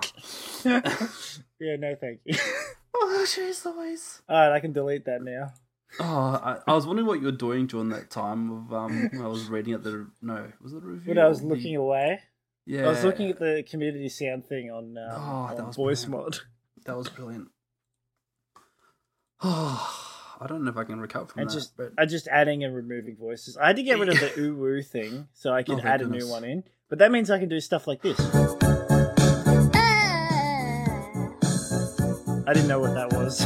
Speaker 3: Yeah, no, thank you.
Speaker 1: oh, jeez, Louise.
Speaker 3: All right, I can delete that now.
Speaker 1: Oh, I, I was wondering what you were doing during that time of um when I was reading at the no was it a review?
Speaker 3: When I was
Speaker 1: or the-
Speaker 3: looking away,
Speaker 1: yeah,
Speaker 3: I was looking at the community sound thing on, um,
Speaker 1: Oh, that
Speaker 3: on
Speaker 1: was
Speaker 3: voice mod.
Speaker 1: brilliant. that was brilliant. Oh, I don't know if I can recover from
Speaker 3: And
Speaker 1: that.
Speaker 3: just
Speaker 1: but
Speaker 3: I just adding and removing voices. I had to get rid of the ooh woo thing so I
Speaker 1: Oh,
Speaker 3: could
Speaker 1: thank
Speaker 3: add a
Speaker 1: goodness.
Speaker 3: new one in. But that means I can do stuff like this. I didn't know what that was.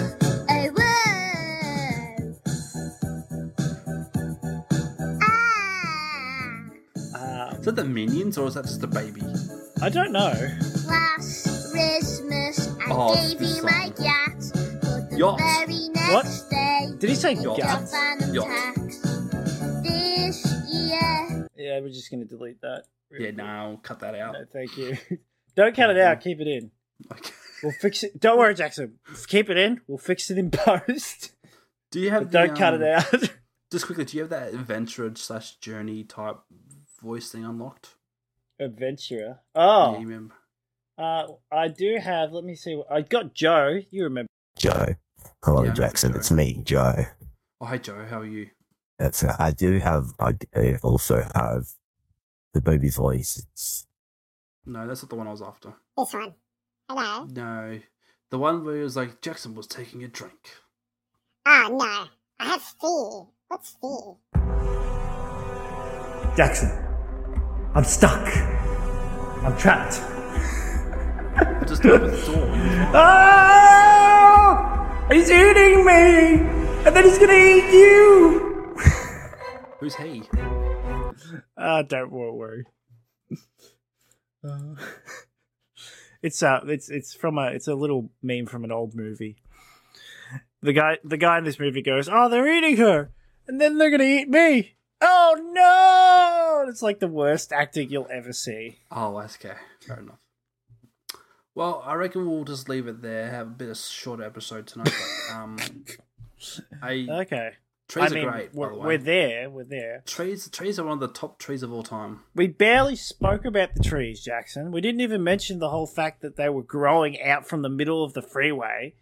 Speaker 3: Uh,
Speaker 1: is that the minions or is that just a baby?
Speaker 3: I don't know.
Speaker 7: Last Christmas, I
Speaker 1: Oh,
Speaker 7: gave
Speaker 1: this
Speaker 7: you my
Speaker 1: song.
Speaker 7: yacht. But the
Speaker 1: Yacht.
Speaker 7: very next
Speaker 3: What?
Speaker 7: day,
Speaker 3: Did he say
Speaker 1: Yacht.
Speaker 3: gut?
Speaker 7: up on the
Speaker 1: Yacht.
Speaker 7: tax. This year,
Speaker 3: Yeah, we're just gonna delete that.
Speaker 1: Yeah, no, cut that out.
Speaker 3: No, thank you. Don't cut it out. Keep it in.
Speaker 1: Okay.
Speaker 3: We'll fix it. Don't worry, Jackson. Keep it in. We'll fix it in post.
Speaker 1: Do you have?
Speaker 3: But don't
Speaker 1: the,
Speaker 3: cut
Speaker 1: um,
Speaker 3: it out.
Speaker 1: Just quickly, do you have that adventure slash journey type voice thing unlocked?
Speaker 3: Adventurer.
Speaker 1: Yeah, you
Speaker 3: Oh,
Speaker 1: remember?
Speaker 3: uh, I do have. Let me see. what- I got Joe. You remember?
Speaker 10: Joe. Hello,
Speaker 1: Yeah,
Speaker 10: Jackson.
Speaker 1: Joe.
Speaker 10: It's me, Joe.
Speaker 1: Oh, hey Joe, how are you?
Speaker 10: That's uh, I do have. I d- I also have the baby voice. It's
Speaker 1: No, that's not the one I was after.
Speaker 7: this one. Hello.
Speaker 1: No, the one where it was like Jackson was taking a drink.
Speaker 7: Oh no, I have fear. What's fear?
Speaker 3: Jackson. I'm stuck. I'm trapped.
Speaker 1: I just opened the door. you know.
Speaker 3: Oh! He's eating me, and then he's gonna eat you.
Speaker 1: Who's he?
Speaker 3: Uh, don't wor- worry. Uh, it's uh it's it's from a it's a little meme from an old movie. The guy the guy in this movie goes, "Oh, they're eating her, and then they're gonna eat me." Oh no! And It's like the worst acting you'll ever see.
Speaker 1: Oh, that's okay. Fair enough. Well, I reckon we'll just leave it there. Have a bit of short episode tonight. But, um, I
Speaker 3: Okay,
Speaker 1: trees
Speaker 3: I mean
Speaker 1: are great.
Speaker 3: we're,
Speaker 1: by the way.
Speaker 3: we're there, we're there.
Speaker 1: Trees, trees are one of the top trees of all time.
Speaker 3: We barely spoke about the trees, Jackson. We didn't even mention the whole fact that they were growing out from the middle of the freeway,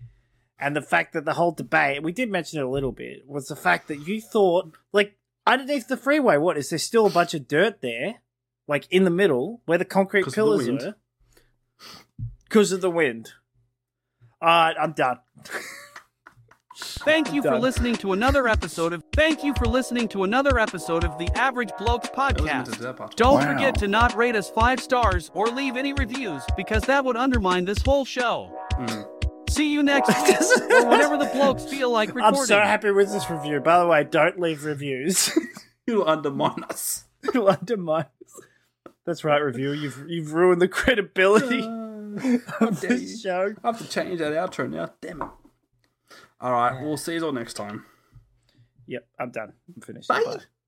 Speaker 3: and the fact that the whole debate, and we did mention it a little bit, was the fact that you thought, like, underneath the freeway, what is there still a bunch of dirt there, like in the middle where the concrete
Speaker 1: 'Cause of the
Speaker 3: pillars
Speaker 1: wind.
Speaker 3: were, because of the wind. Uh, I'm done.
Speaker 6: Thank you for
Speaker 3: Done.
Speaker 6: listening to another episode of Thank you for listening to another episode of the Average Blokes
Speaker 1: I wasn't meant to do
Speaker 6: podcast.
Speaker 1: that part.
Speaker 6: Don't forget to not rate us 5 stars or leave any reviews because that would undermine this whole show.
Speaker 1: Mm.
Speaker 6: See you next week or whenever the blokes feel like
Speaker 3: I'm
Speaker 6: recording.
Speaker 3: so happy with this review. By the way, don't leave reviews.
Speaker 1: You undermine us.
Speaker 3: It'll undermine. us. That's right, review. You've you've ruined the credibility
Speaker 1: Uh, How
Speaker 3: of
Speaker 1: dare you.
Speaker 3: this show.
Speaker 1: I have to change that outro now. Damn it. All right, we'll see you all next time.
Speaker 3: Yep, I'm done. I'm finished.
Speaker 1: Bye.
Speaker 3: Bye.